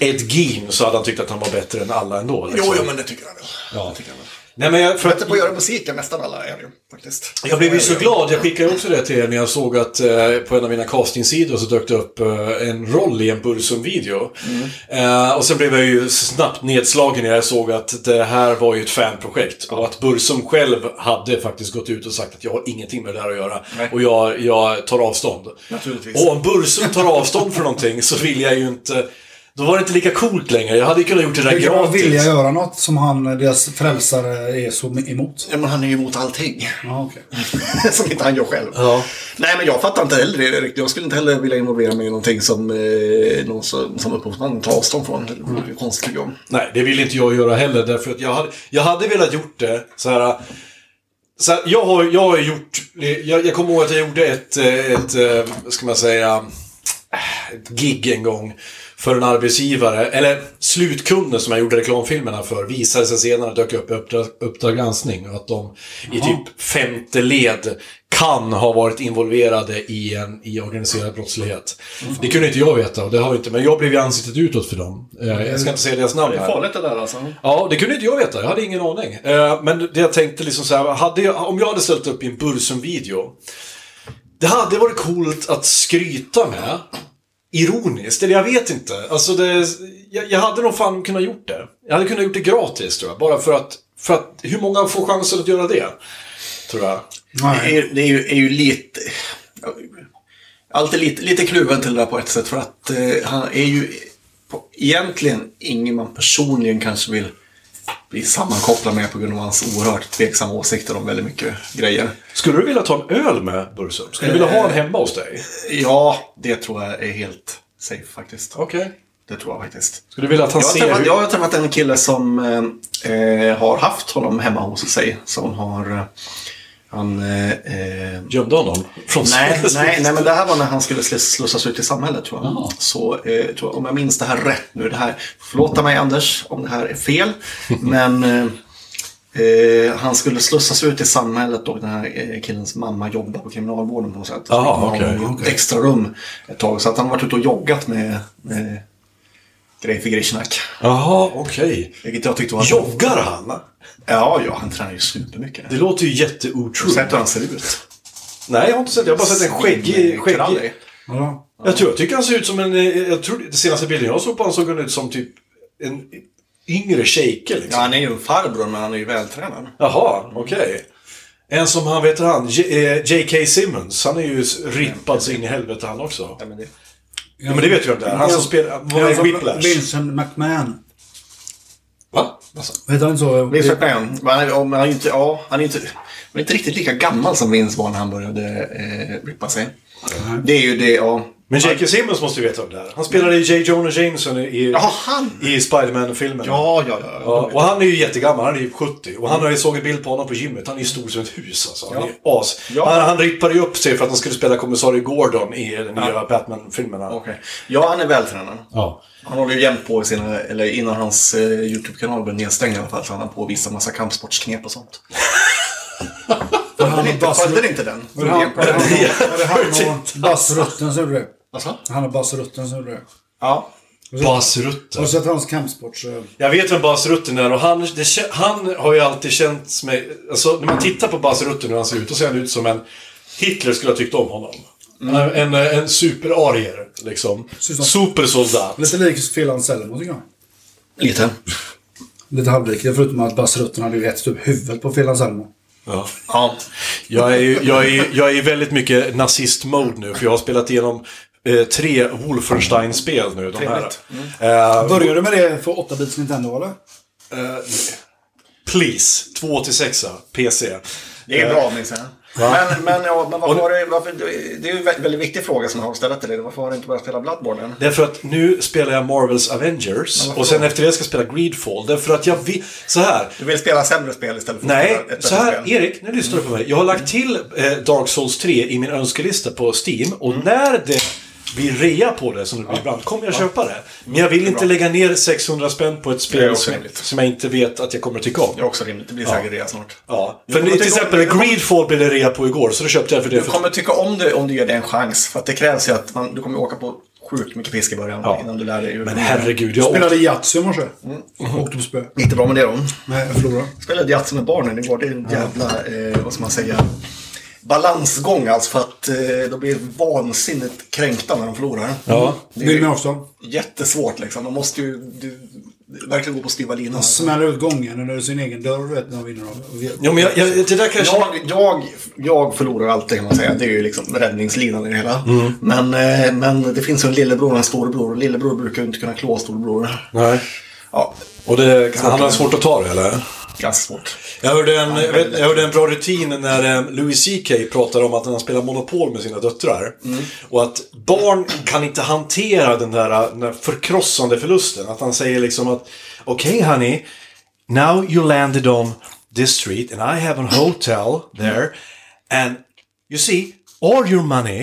C: Ed Gein så hade han tyckt att han var bättre än alla ändå. Liksom.
B: Jo, jo, men det tycker han väl. Det tycker han väl.
C: Nej, men jag, för att,
B: Bättre på att göra musik än nästan alla är det ju, faktiskt. Eh,
C: Jag blev ju så glad, jag skickade också det till er när jag såg att eh, på en av mina castingsidor så dök det upp eh, en roll i en Bullsum-video. Eh, och sen blev jag ju snabbt nedslagen när jag såg att det här var ju ett fanprojekt. Och att Bullsum själv hade faktiskt gått ut och sagt att jag har ingenting med det här att göra. Och jag, jag tar avstånd.
B: Naturligtvis.
C: Och om Bullsum tar avstånd från någonting så vill jag ju inte... Då var det inte lika coolt längre. Jag hade ju kunnat gjort det där
A: Jag
C: gratis.
A: vill jag göra något som han, deras frälsare är så emot.
B: Ja, men han är ju emot allting.
A: Ja, okej.
B: som inte han gör själv.
C: Ja.
B: Nej, men jag fattar inte heller det riktigt. Jag skulle inte heller vilja involvera mig i någonting som, eh, någon som, som upphovsmannen tar avstånd från. Det vore ju konstigt tycker jag.
C: Nej, det vill inte jag göra heller. Därför att jag hade, jag hade velat gjort det så här. Så här jag, har, jag har gjort... Jag, jag kommer ihåg att jag gjorde ett, eh, ett eh, vad ska man säga, ett gig en gång för en arbetsgivare, eller slutkunden som jag gjorde reklamfilmerna för, visade sig senare dök upp i Uppdrag, uppdrag granskning och att de i typ femte led kan ha varit involverade i, en, i organiserad brottslighet. Det kunde inte jag veta, och det har jag inte, men jag blev ju ansiktet utåt för dem. Eh, Jag ska inte säga deras namn här.
B: det där alltså.
C: Ja, det kunde inte jag veta. Jag hade ingen aning. Eh, Men det jag tänkte liksom så här, hade jag, om jag hade ställt upp i en Bursum-video. Det hade varit coolt att skryta med. Ironiskt, eller jag vet inte. Alltså det, jag, jag hade nog fan kunnat gjort det. Jag hade kunnat gjort det gratis tror jag. Bara för att, för att hur många får chansen att göra det? Tror jag.
B: Det
A: Nej.
B: är, det är, ju, är ju lite... Alltid lite, lite kluven till det där på ett sätt för att eh, han är ju på, egentligen ingen man personligen kanske vill bli sammankopplad med på grund av hans oerhört tveksamma åsikter om väldigt mycket grejer.
C: Skulle du vilja ta en öl med Bursum? Skulle du vilja ha en
B: Eh.
C: hemma hos dig?
B: Ja, det tror jag är helt safe faktiskt.
C: Okej.
B: Det tror jag faktiskt.
C: Skulle du vilja att han
B: Jag har,
C: ser
B: träffat,
C: hur...
B: jag har träffat en kille som eh, eh, har haft honom hemma hos sig. Som har... Eh, han... Eh, eh,
C: Gömde honom? Från
B: Nej, nej, nej, men det här var när han skulle sl- slussas ut i samhället tror jag. Så eh, tror jag, om jag minns det här rätt nu, det här, förlåta mig Anders om det här är fel, men eh, eh, han skulle slussas ut i samhället och den här eh, killens mamma jobbar på kriminalvården på något sätt. Så
C: Jaha,
B: fick man
C: okej,
B: honom i ett extra rum ett tag. Så att han har varit ute och joggat med, med grej för grishnack.
C: Jaha, okej.
B: Vilket jag tyckte var...
C: Joggar han?
B: Ja, ja, han tränar ju supermycket.
C: Det låter ju jätteotroligt.
B: Sett hur han ser ut.
C: Nej, jag har inte sett det. Jag har bara sett en skäggig... skäggig.
B: Krallig.
A: Ja.
C: Jag tror jag tycker han ser ut som en... eh, Jag tror, den senaste bilden jag såg på honom såg han ut som typ en yngre shejke
B: Ja,
C: liksom.
B: han är ju en farbror, men han är ju vältränad.
C: Jaha, okej. En som han, vet han, J- eh, J.K. Simmons. Han är ju s- rippad så in i helvete han också.
B: Ja, men det...
C: Ja, men det vet ju vem det är. Han som spelar... Vad
A: Ja,
C: är
A: som
C: Whiplash?
A: Vincent McMahon.
C: Va? Vad sa-
A: Heter han inte så?
B: Vince McMahon, men han, är- men han är ju inte, ja, han är inte, han är inte riktigt lika gammal som Vince var när han började eh, rippa sig.
C: Mm.
B: Det är ju det, ja.
C: Men J.K. Simmons måste ju veta vem det är. Han spelade i J. Jonah Jameson i, i,
B: Ja, Mm. han!
C: i Spiderman-filmen.
B: Ja, ja, ja.
C: Ja, och han är ju jättegammal, han är ju 70. Och han har ju såg en bild på honom på gymmet, han är ju stor som ett hus alltså. Han är ju as.
B: Ja.
C: Han, han rippade ju upp sig för att han skulle spela kommissarie Gordon i den nya Batman-filmerna.
B: Okej. Ja, han är vältränad.
C: Ja.
B: Han håller ju jämt på i sina, eller innan hans eh, YouTube-kanal blev nedstängd i alla fall, så han har på att visa massa kampsportsknep och sånt. Följde inte, följde inte den?
A: Var det han- var det han- var det han och Buzz Rutten som gjorde det?
B: Alltså?
A: Han och Buzz Rutten som gjorde det.
B: Ja.
C: Bas Rutten.
A: Har du sett hans eh, kampsport så...
C: Jag vet vem Bas Rutten är och han, det, kä- han har ju alltid känts mig... Alltså när man tittar på Bas Rutten hur han ser ut, då ser han ut som en... Hitler skulle ha tyckt om honom. En, en, en superarier, liksom.
A: Ser ut som-
C: Supersoldat.
A: Lite lik Phil Anselmo tycker jag.
B: Lite.
A: Lite halvlika förutom att Buzz Rutten hade ju rätt upp huvudet på Phil Anselmo.
C: Ja.
B: Ja.
C: Jag är, ju- jag, är, ju- jag är i väldigt mycket nazist-mode nu, för jag har spelat igenom eh, tre Wolfenstein-spel nu. De här.
B: Trevligt.
C: Eh,
A: Började du med det för 8-bits Nintendo eller?
C: please, 286 PC.
B: Det är bra, minns jag. Men, men, ja, men varför, var det, varför, det är ju en väldigt- väldigt viktig fråga som jag har ställt till dig. Varför har du inte börjat spela Bloodborne än?
C: Därför att nu spelar jag Marvels Avengers och sen efter det ska jag spela Greedfall. Därför att jag vill... Så här.
B: Du vill spela sämre spel istället för att
C: Nej,
B: spela ett bättre
C: så här,
B: spel.
C: Erik, nu lyssnar du på mig. Jag har lagt till
B: Mm.
C: eh, Dark Souls 3 i min önskelista på Steam och när det blir rea på det, som det blir ibland, kommer jag köpa det. Men jag vill inte lägga ner 600 spänn på ett
B: Det är
C: spel
B: också
C: som,
B: rimligt.
C: som jag inte vet att jag kommer tycka om.
B: Det är också rimligt. Det blir säkert rea snart.
C: Ja.
B: Du
C: För
B: kommer
C: nu, till
B: tycka om
C: exempel
B: det. Du kommer-
C: Greedfall blev det rea på igår, så då köpte jag för det.
B: Du
C: För...
B: kommer tycka om det om du ger det en chans. För att det krävs ju att man, du kommer åka på sjukt mycket pisk i början
C: Ja.
B: innan du lär dig. hur-
C: Men herregud, jag åkte...
A: Spelade Yatzy i morse.
C: Mm.
A: Åkte på spö.
B: Inte bra med det då.
A: Nej, jag förlorade.
B: Spelade Yatzy med barnen igår. Det är en jävla, eh, vad ska man säga, balansgång alltså. För att eh, de blir vansinnigt kränkta när de förlorar.
C: Ja.
B: Det
A: Vill ni
B: är
A: också?
B: jättesvårt liksom. Man måste ju du, verkligen gå på styva linan.
A: Smäller ut gången eller sin egen dörr du vet när de vinner av.
C: Jo, men jag, jag, det där kanske...
B: Jag, jag, jag förlorar alltid kan man säga. Det är ju liksom räddningslinan i det hela. Men, eh, men det finns ju en lillebror och en storebror. Och lillebror brukar ju inte kunna klå storebror.
C: Nej.
B: Ja,
C: Och det, han har svårt att ta det, eller?
B: ganska svårt.
C: Jag hörde, en, jag, vet, jag hörde en bra rutin när eh, Louis CK pratade om att han spelar Monopol med sina döttrar. Och att barn kan inte hantera den där, eh, den där förkrossande förlusten. Att han säger liksom att Okej honey, now you landed on this street and I have a hotel there. And you see, all your money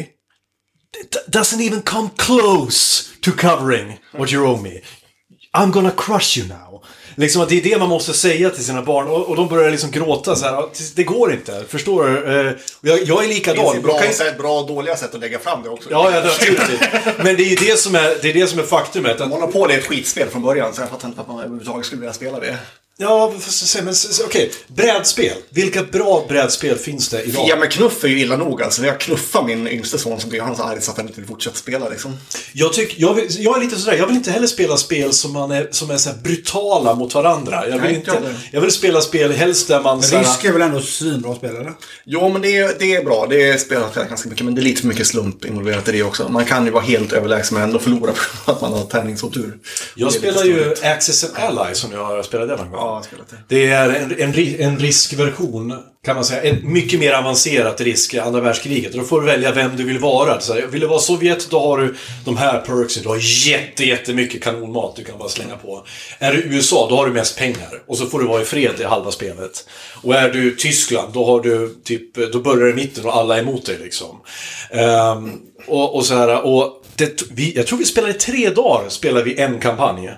C: d- doesn't even come close to covering what you owe me. I'm gonna crush you now. Liksom att det är det man måste säga till sina barn och, och de börjar liksom gråta så här. "Det- Det går inte, förstår du? Eh, och jag, jag
B: Det
C: är
B: finns ju
C: likadan.
B: bra,
C: Jag kan ju-
B: sätt- bra och dåliga sätt att lägga fram det också.
C: Ja, ja, naturligtvis. Men det är ju det som är, det är, det som är faktumet. Att,
B: Monopol är ett skitspel från början, så jag fattar inte att man överhuvudtaget skulle vilja spela det.
C: ja, fast- men s- s- okej. Brädspel. Vilka bra brädspel finns det idag?
B: Ja, men knuff är ju illa nog alltså. När jag knuffar min yngste son så blir han så arg så att han inte vill fortsätta spela liksom.
C: Jag, tyck, jag, vill, jag är lite sådär, jag vill inte heller spela spel som, man är, som är så här brutala mot varandra. Jag vill,
B: Nej, jag
C: inte,
B: med.
C: jag vill spela spel helst där man... Så här,
A: Risk är väl ändå svinbra spelare?
B: Jo, men det är, det är bra. Det är spelat ganska mycket, men det är lite för mycket slump involverat i det också. Man kan ju vara helt överlägsen men ändå förlora på grund av att man har tärningsotur.
C: jag
B: Det är lite
C: spelar ju
B: störigt.
C: Access and Allies som jag har spelat det någon gång.
B: Ja, jag har spelat det.
C: Det är en, en, ri- en riskversion, kan man säga. En mycket mer avancerat risk i andra världskriget. Och Då får du välja vem du vill vara. Så här, vill du vara Sovjet, då har du de här perksen. Du har jätte, jättemycket kanonmat du kan bara slänga på. Är du USA, då har du mest pengar. Och så får du vara i fred i halva spelet. Och är du Tyskland, då har du typ, då börjar du i mitten och alla är emot dig liksom. Ehm, och, och så här, och det, vi, jag tror vi spelade i tre dagar, spelade vi en kampanj.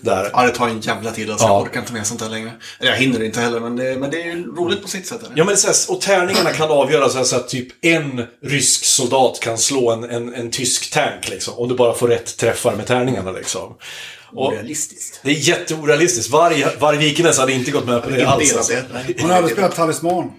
C: Där.
B: Ja, det tar en jävla tid alltså.
C: Ja.
B: Jag orkar inte med sånt där längre. Eller jag hinner inte heller, men det, men det är ju roligt på sitt sätt. Eller?
C: Ja, men så här, och tärningarna kan avgöra så, här, så att typ en rysk soldat kan slå en, en, en tysk tank, liksom. Om du bara får rätt träffar med tärningarna, liksom. Och
B: Realistiskt.
C: det är jätteorealistiskt. Varg, varg Vikenäs hade inte gått med på det alls. Alltså.
B: Nej.
A: Hon hade spelat Talisman.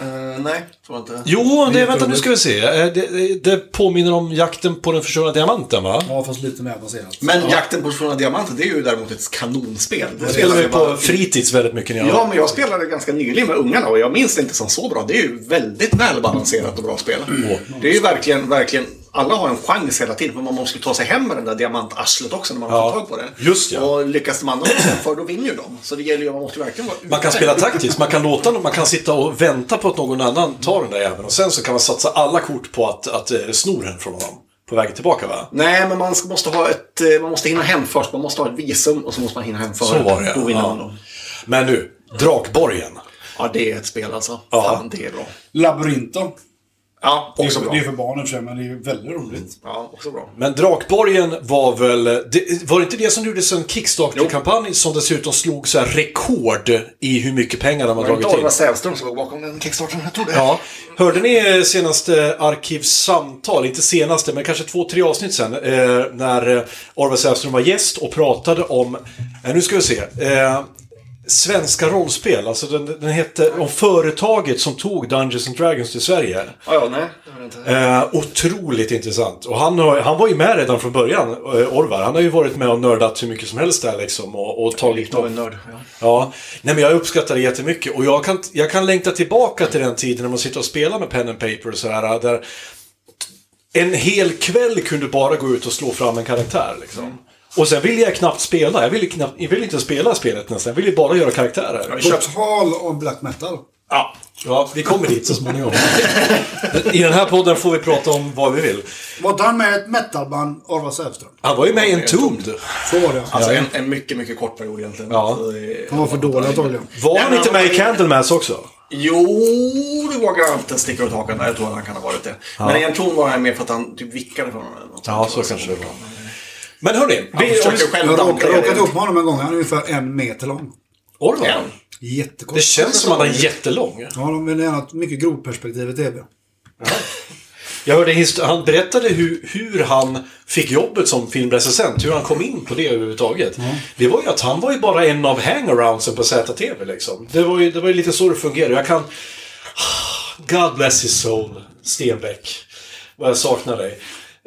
B: Eh, nej, tror jag inte.
C: Jo, det, vänta nu ska vi se. Eh, Det, det- det påminner om jakten på den försvunna diamanten, va?
A: Ja, fast lite mer baserat.
B: Men Jakten på Försvunna Diamanter, det är ju däremot ett kanonspel. Det
C: Det spelar
B: spelade
C: vi
B: jag bara-
C: på fritids väldigt mycket när jag
B: Ja, men jag spelade ganska nyligen med ungarna och jag minns det inte som så bra. Det är ju väldigt välbalanserat och bra spel.
C: Mm.
B: Det är ju verkligen, verkligen, alla har en chans hela tiden. För man måste ta sig hem med den där diamantarslet också när man
C: Ja,
B: har fått tag på det.
C: just ja.
B: Och lyckas de andra för då vinner ju de. Så det gäller ju, man måste verkligen vara
C: Man kan spela taktiskt, man kan låta någon- man kan sitta och vänta på att någon annan tar den där jäveln och sen så kan man satsa alla kort på att, att eh, sno den från honom. På vägen tillbaka va?
B: Nej, men man ska- måste ha ett, eh, man måste hinna hem först. Man måste ha ett visum och så måste man hinna hem först.
C: Så var det
B: Då vinner
C: ja.
B: man dem.
C: Men nu, Drakborgen.
B: Ja, det är ett spel alltså.
C: Ja.
B: Fan, det är bra.
A: Labyrinten.
B: Ja,
A: Det är,
B: också
A: för,
B: bra.
A: det är för barn i och för sig, men det är ju väldigt roligt.
B: Ja, också bra.
C: Men Drakborgen var väl... Det, var det inte det som gjordes en Kickstarter-kampanj som dessutom slog så här rekord i hur mycket pengar de
B: Var
C: har
B: det inte
C: dragit in?
B: Oliver Sävström som låg bakom den kickstarten? Jag tror det.
C: Ja. Hörde ni eh, senaste Arkivsamtal, inte senaste, men kanske två, tre avsnitt sen, eh, när eh, Orvar Sävström var gäst och pratade om, eh, nu ska vi se, eh, svenska rollspel. Alltså den, den hette, om företaget som tog Dungeons and Dragons till Sverige.
B: Ja, ja, nej. Det var det inte.
C: Eh, otroligt intressant. Och han, har, han var ju med redan från början, eh, Orvar. Han har ju varit med och nördat hur mycket som helst där liksom. Och, och tagit
B: Jag är en nörd. Ja.
C: Ja, nej men jag uppskattar det jättemycket och jag kan, jag kan längta tillbaka till den tiden när man sitter och spelar med pen and paper och sådär. Där en hel kväll kunde bara gå ut och slå fram en karaktär liksom.
B: Mm.
C: Och sen ville jag knappt spela, jag ville, knappt, jag ville inte spela spelet nästan, jag ville bara göra karaktärer.
A: Total om black metal.
C: Ja, ja vi kommer dit så småningom. I den här podden får vi prata om vad vi vill.
A: Var inte han med i ett metalband, Orvar Sävström?
C: Han var ju med i Entombed.
A: Så var det.
B: Alltså en, en mycket, mycket kort period egentligen.
C: Ja.
B: Så, eh,
A: Han var för dålig antagligen.
C: Var
B: Nej,
C: han
B: men
C: inte
B: han
C: med i
B: var-
C: Candlemass också?
B: Jo, det vågar jag inte sticka ut hakan där. Jag tror att han kan ha varit det. Men i en ton var han med för att han typ vickade från honom. eller något
C: Ja,
B: sånt.
C: så kanske det var. Men hörni,
B: Han
C: vi...
B: försöker själv
A: Jag har
B: dampa
A: råkat, råkat
B: det.
A: ihop med honom en gång. Han är ungefär en meter lång.
C: Orvar?
A: Jättekort.
C: Det känns som att han är jättelång.
A: Ja, de vill gärna ha ett mycket grovperspektiv i tv.
C: Jag hörde en histo- han berättade hur, hur han fick jobbet som filmrecensent, hur han kom in på det överhuvudtaget. Det var ju att han var ju bara en av hangaroundsen på ZTV liksom. Det var ju, det var ju lite så det fungerade. Jag kan... God bless his soul, Stenbeck. Vad jag saknar dig.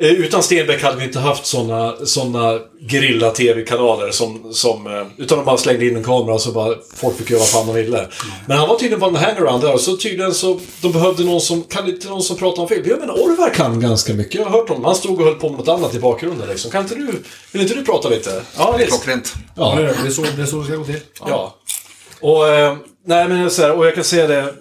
C: Eh, Utan Stenbeck hade vi inte haft såna, såna grilla tv-kanaler som... som eh, utan de bara slängde in en kamera och så bara folk fick göra vad fan de ville. Men han var tydligen bara en hangaround där och så tydligen så... De behövde någon som... Kan inte någon som pratar om film? Jag menar, Orvar kan ganska mycket. Jag har hört honom. Han stod och höll på med något annat i bakgrunden liksom. Kan inte du... Vill inte du prata lite? Ja, visst.
B: Klockrent.
A: Ja, det är det. Det är så det, är så det ska gå till.
C: Ja. Och, eh, nej, men så här, och jag kan säga det.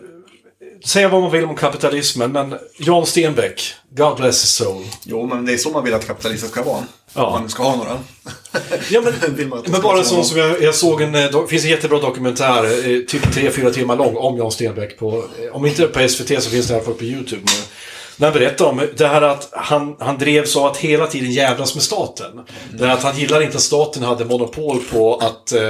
C: Säga vad man vill om kapitalismen, men Jan Stenbeck, God bless his soul.
B: Jo, men det är så man vill att kapitalister ska vara.
C: Ja.
B: Om man nu ska ha några.
C: Ja, men,
B: Vill man att det
C: men
B: ska
C: bara
B: vara
C: en sån
B: någon-
C: som jag, jag såg en... eh, do- Det finns en jättebra dokumentär, eh, typ tre fyra timmar lång, om Jan Stenbeck. På, eh, om inte på SVT så finns det i alla fall på YouTube nu. När han berättar om det här att han, han drevs av att hela tiden jävlas med staten. Det här att han gillar inte att staten hade monopol på att... Eh,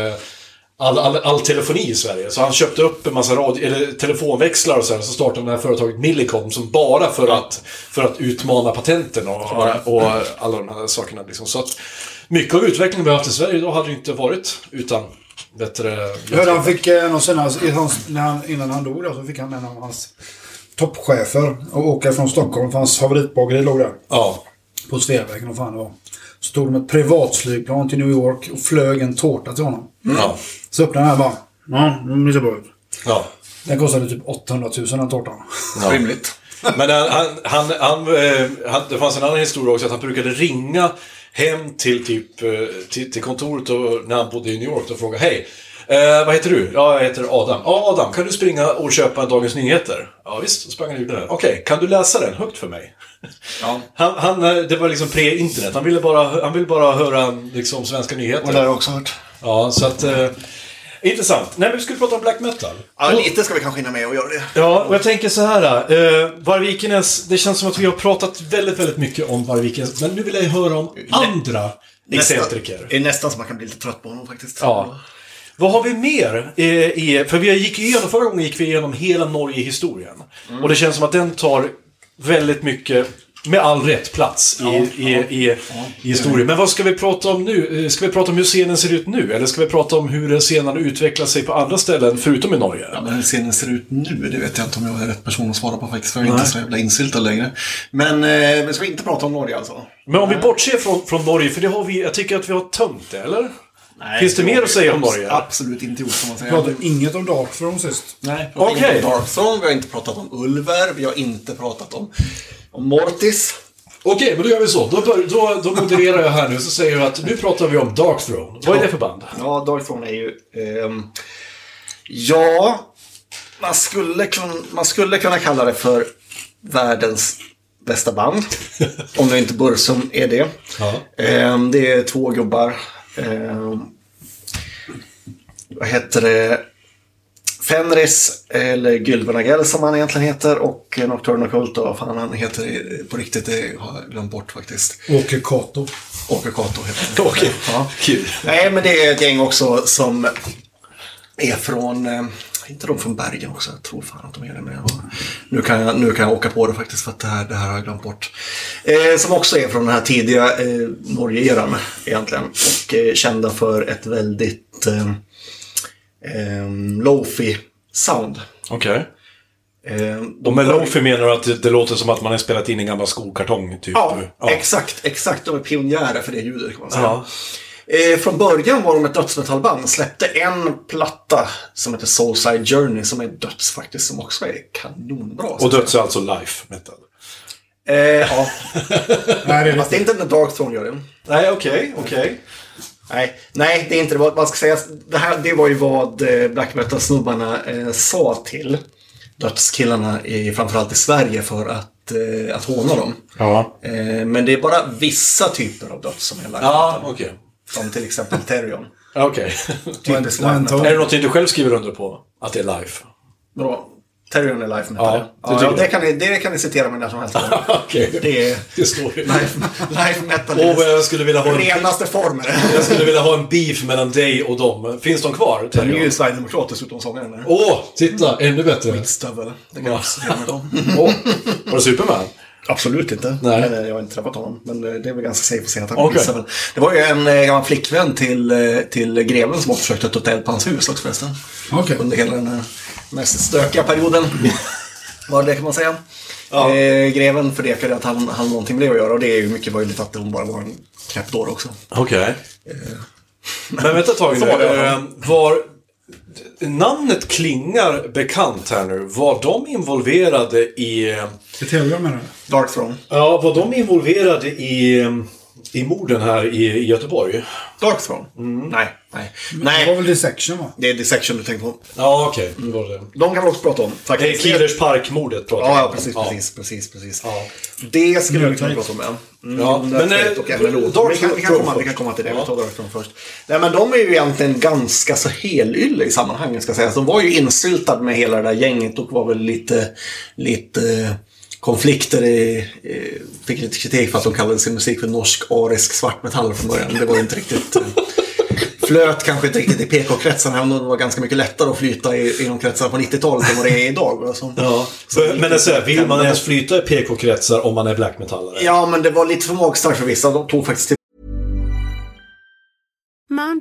C: all, all, all telefoni i Sverige. Så han köpte upp en massa radio, eller telefonväxlar och så, här, så startade han det här företaget Millicom som bara för att, för att utmana patenten och, och, och alla de här sakerna. Liksom. Så att mycket av utvecklingen vi har haft i Sverige idag hade det inte varit utan bättre...
A: Jag hörde han fick eh, en av sina, i hans, när han, innan han dog där, så fick han en av hans toppchefer att åka från Stockholm för hans favoritbageri låg där.
C: Ja.
A: På Sveavägen och fan det var. Så tog de ett privatflygplan till New York och flög en tårta till honom.
C: Ja.
A: Så öppnade han bara. Ja, den ser bra ut.
C: ja.
A: Den kostade typ 800 000 den tårtan.
B: Rimligt.
C: Men han, han, han, han, eh, han, det fanns en annan historia också, att han brukade ringa hem till, typ, eh, till, till kontoret och, när han bodde i New York och fråga Hej, eh, vad heter du? Ja, jag heter Adam. Ja, Adam, kan du springa och köpa en Dagens Nyheter? Ja, visst, så sprang han och gjorde det. Okej, kan du läsa den högt för mig?
B: Ja.
C: Han, han, eh, det var liksom pre-internet. Han ville bara, han ville bara höra liksom, svenska nyheter.
B: Det har jag också hört.
C: Ja, så att... eh, Intressant. Nej, men vi skulle prata om black metal.
B: Ja, lite ska vi kanske hinna med och göra det.
C: Ja, och jag tänker så här. Eh, Varvikenäs, det känns som att vi har pratat väldigt, väldigt mycket om Varvikenäs. Men nu vill jag ju höra om andra excentriker.
B: Det är nästan så man kan bli lite trött på honom faktiskt.
C: Ja. Vad har vi mer? Eh, i, för vi gick ju igenom, förra gången gick vi igenom hela Norge-historien. Och det känns som att den tar väldigt mycket, med all rätt, plats i, i, i, i historien. Men vad ska vi prata om nu? Eh, Ska vi prata om hur scenen ser ut nu? Eller ska vi prata om hur scenen utvecklar sig på andra ställen, förutom i Norge?
B: Men hur scenen ser ut nu, det vet jag inte om jag är rätt person att svara på faktiskt. För jag är inte så jävla insyltad längre. Men eh, vi ska inte prata om Norge alltså.
C: Men om vi bortser från, från Norge, för det har vi, jag tycker att vi har tömt det, eller? Finns det mer att säga om Norge?
B: Absolut inte gjort som man säger.
A: Pratade typ inget om Dark Throne sist.
B: Nej, vi har
C: Okej.
B: inte pratat om Dark Throne, vi har inte pratat om Ulver, vi har inte pratat om, om Mortis.
C: Okej, men då gör vi så. Då, bör, då, då modererar jag här nu, så säger jag att nu pratar vi om Dark Throne. Vad är det för band?
B: Ja, Dark Throne är ju... ehm, ja, man skulle, kun- man skulle kunna kalla det för världens bästa band. om det inte Bursum är det.
C: Ja.
B: Ehm, det är två gubbar. Ehm, vad heter det? Fenris, eller Gylvenagel som han egentligen heter, och Nocturne Occult och vad fan han heter i- på riktigt, det har jag glömt bort faktiskt.
A: Åker Kato.
B: Åke Kato heter han. Ja.
C: Kul.
B: Nej, men det är ett gäng också som är från, eh, inte de från Bergen också, jag tror fan att de är det. Men jag, nu, kan jag, nu kan jag åka på det faktiskt för att det här, det här har jag glömt bort. Eh, som också är från den här tidiga eh, Norge-eran egentligen. Och eh, kända för ett väldigt eh, eh, lofi sound.
C: Okej.
B: Eh,
C: Och med Lofi menar du att det, det låter som att man har spelat in en gammal skokartong, typ?
B: Ja, exakt. Exakt. De är pionjärer för det ljudet kan man säga.
C: Ja.
B: Eh, från början var de ett dödsmetallband. Släppte en platta som heter Soulside Journey som är döds faktiskt, som också är kanonbra.
C: Och döds är alltså life metal?
B: eh, ja,
A: Nej, det är
B: fast det är inte när Dark Throne gör det.
C: Nej, okej, okej.
B: Nej, nej, det är inte det. Vad Man ska säga, det, här, det var ju vad eh, black metal-snubbarna eh, sa till dödskillarna, i, framförallt i Sverige, för att, eh, att håna dem.
C: Ja.
B: Eh, men det är bara vissa typer av döds som är lagda.
C: Ja, okej.
B: Som till exempel Therion.
C: Ja, Okej.
B: Typ
A: One-
B: slime
A: one
B: metal.
C: är det någonting du själv skriver under på? Att det är life?
B: Bra. Terrion är life metal.
C: Ja, det
B: Ja,
C: tycker
B: ja, det,
C: jag.
B: kan ni, det kan ni citera mig när som helst.
C: Okej.
B: Det är
C: Det står ju.
B: life, life metal.
C: Åh,
B: i
C: vad jag skulle vilja ha
B: den
C: en...
B: renaste formen.
C: Jag skulle vilja ha en beef mellan dig och dem. Finns de kvar?
B: Han är
C: Terry?
B: ju sverigedemokrat dessutom, sångaren. där.
C: Åh, titta! Ännu bättre.
B: Stövel. Det kan jag också citera med dem.
C: Åh, var det Superman?
B: Absolut inte.
C: Nej.
B: Eh, Jag har inte träffat honom. Men eh, det är väl ganska safe att säga att han
C: Okej.
B: okay. stövel. Det var ju en eh, gammal flickvän till, eh, till greven som också försökte ta eld på hans hus också förresten.
A: Okej.
B: Under hela den här mest stökiga perioden. Var det kan man säga. Eh, greven förnekade att han hade någonting med det att göra och det är ju mycket möjligt att hon bara var en knäppdåre också.
C: Okej. Men vänta ett tag nu.
B: Eh. Så var det.
C: Eh, Var... Namnet klingar bekant här nu. Var de involverade i... eh,
A: Ethereum menar du?
B: Dark Throne.
C: Ja, var de involverade i... eh, I morden här i, i Göteborg?
B: Dark Throne? Nej. Nej.
A: Det var
B: Nej.
A: väl Dissection va?
B: Det är Dissection du tänker på.
C: Ja, okej.
B: Mm,
C: Det var det.
B: De kan vi också prata om.
C: Det är
B: Faktiskt.
C: Kielers Park-mordet pratar vi
B: Ja,
C: om.
B: ja, precis, precis, precis, precis.
C: Ja.
B: Det skulle vi
A: Mjöl
B: kunna
A: Knight.
B: prata om. ja. Mm,
C: Ja,
B: men,
C: men, eh,
B: och även Dark
C: Dark
B: vi, kan, vi, kan
C: Throne
B: komma, vi
C: först.
B: kan komma till det.
C: Ja.
B: Vi tar Dark Throne först. Nej, men de är ju egentligen ganska så helylle i sammanhanget ska sägas. De var ju insyltade med hela det där gänget och var väl lite, lite eh, konflikter. I, eh, fick lite kritik för att de kallade sin musik för norsk arisk svartmetall från början. Det var ju inte riktigt... eh, Flöt kanske inte riktigt i PK-kretsarna, även om det var ganska mycket lättare att flyta i, i de kretsarna på 90-talet än vad det är idag. Alltså.
C: Ja.
B: Så-
C: men alltså, vill man ens flyta i PK-kretsar om man är blackmetallare?
B: Ja, men det var lite för magstarkt för vissa. De tog faktiskt
D: Mom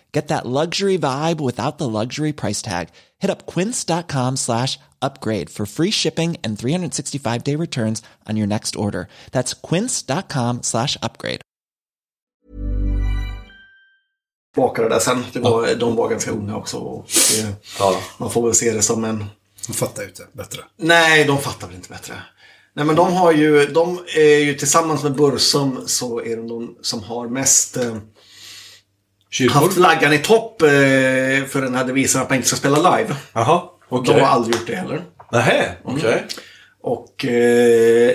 E: Get that luxury vibe without the luxury price tag. Hit up quince.com slash upgrade for free shipping and 365-day returns on your next order. That's quince.com slash upgrade.
B: bakade där sen. Det var, De var ganska unga också. Och det, Man får väl se det som en...
A: De fattar ju inte bättre.
B: Nej, de fattar väl inte bättre. Nej, men de har ju, de är ju tillsammans med Bursum så är de de som har mest eh,
C: Kyrkor?
B: haft flaggan i topp eh, för den här devisen att man inte ska spela live.
C: Jaha, okej.
B: De har Mm. aldrig gjort det heller.
C: Nähä, okej.
B: Och eh,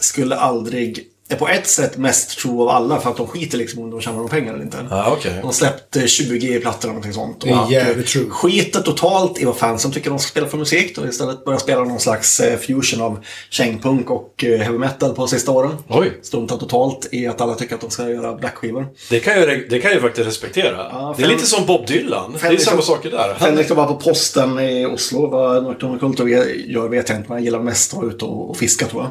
B: skulle aldrig, är på ett sätt mest tro av alla för att de skiter liksom om de tjänar några pengar eller inte.
C: Ja, Ah, okej.
B: De släppte 20 plattor eller någonting sånt.
A: är
B: Och
A: jävligt
B: att,
A: true.
B: Skiter totalt i vad fansen tycker de ska spela för musik. Då istället börjar spela någon slags eh, fusion av kängpunk och eh, heavy metal på sista åren.
C: Oj.
B: Struntar totalt i att alla tycker att de ska göra blackskivor.
C: Det kan, jag, det kan jag faktiskt respektera. det är
B: Fen-
C: lite som Bob Dylan. Det är
B: Fenrik-
C: samma saker där. Han,
B: Fänrik var på posten i Oslo. Vad Norton Kultur gör vet jag inte. Men han gillar mest att vara ute och och fiska tror jag.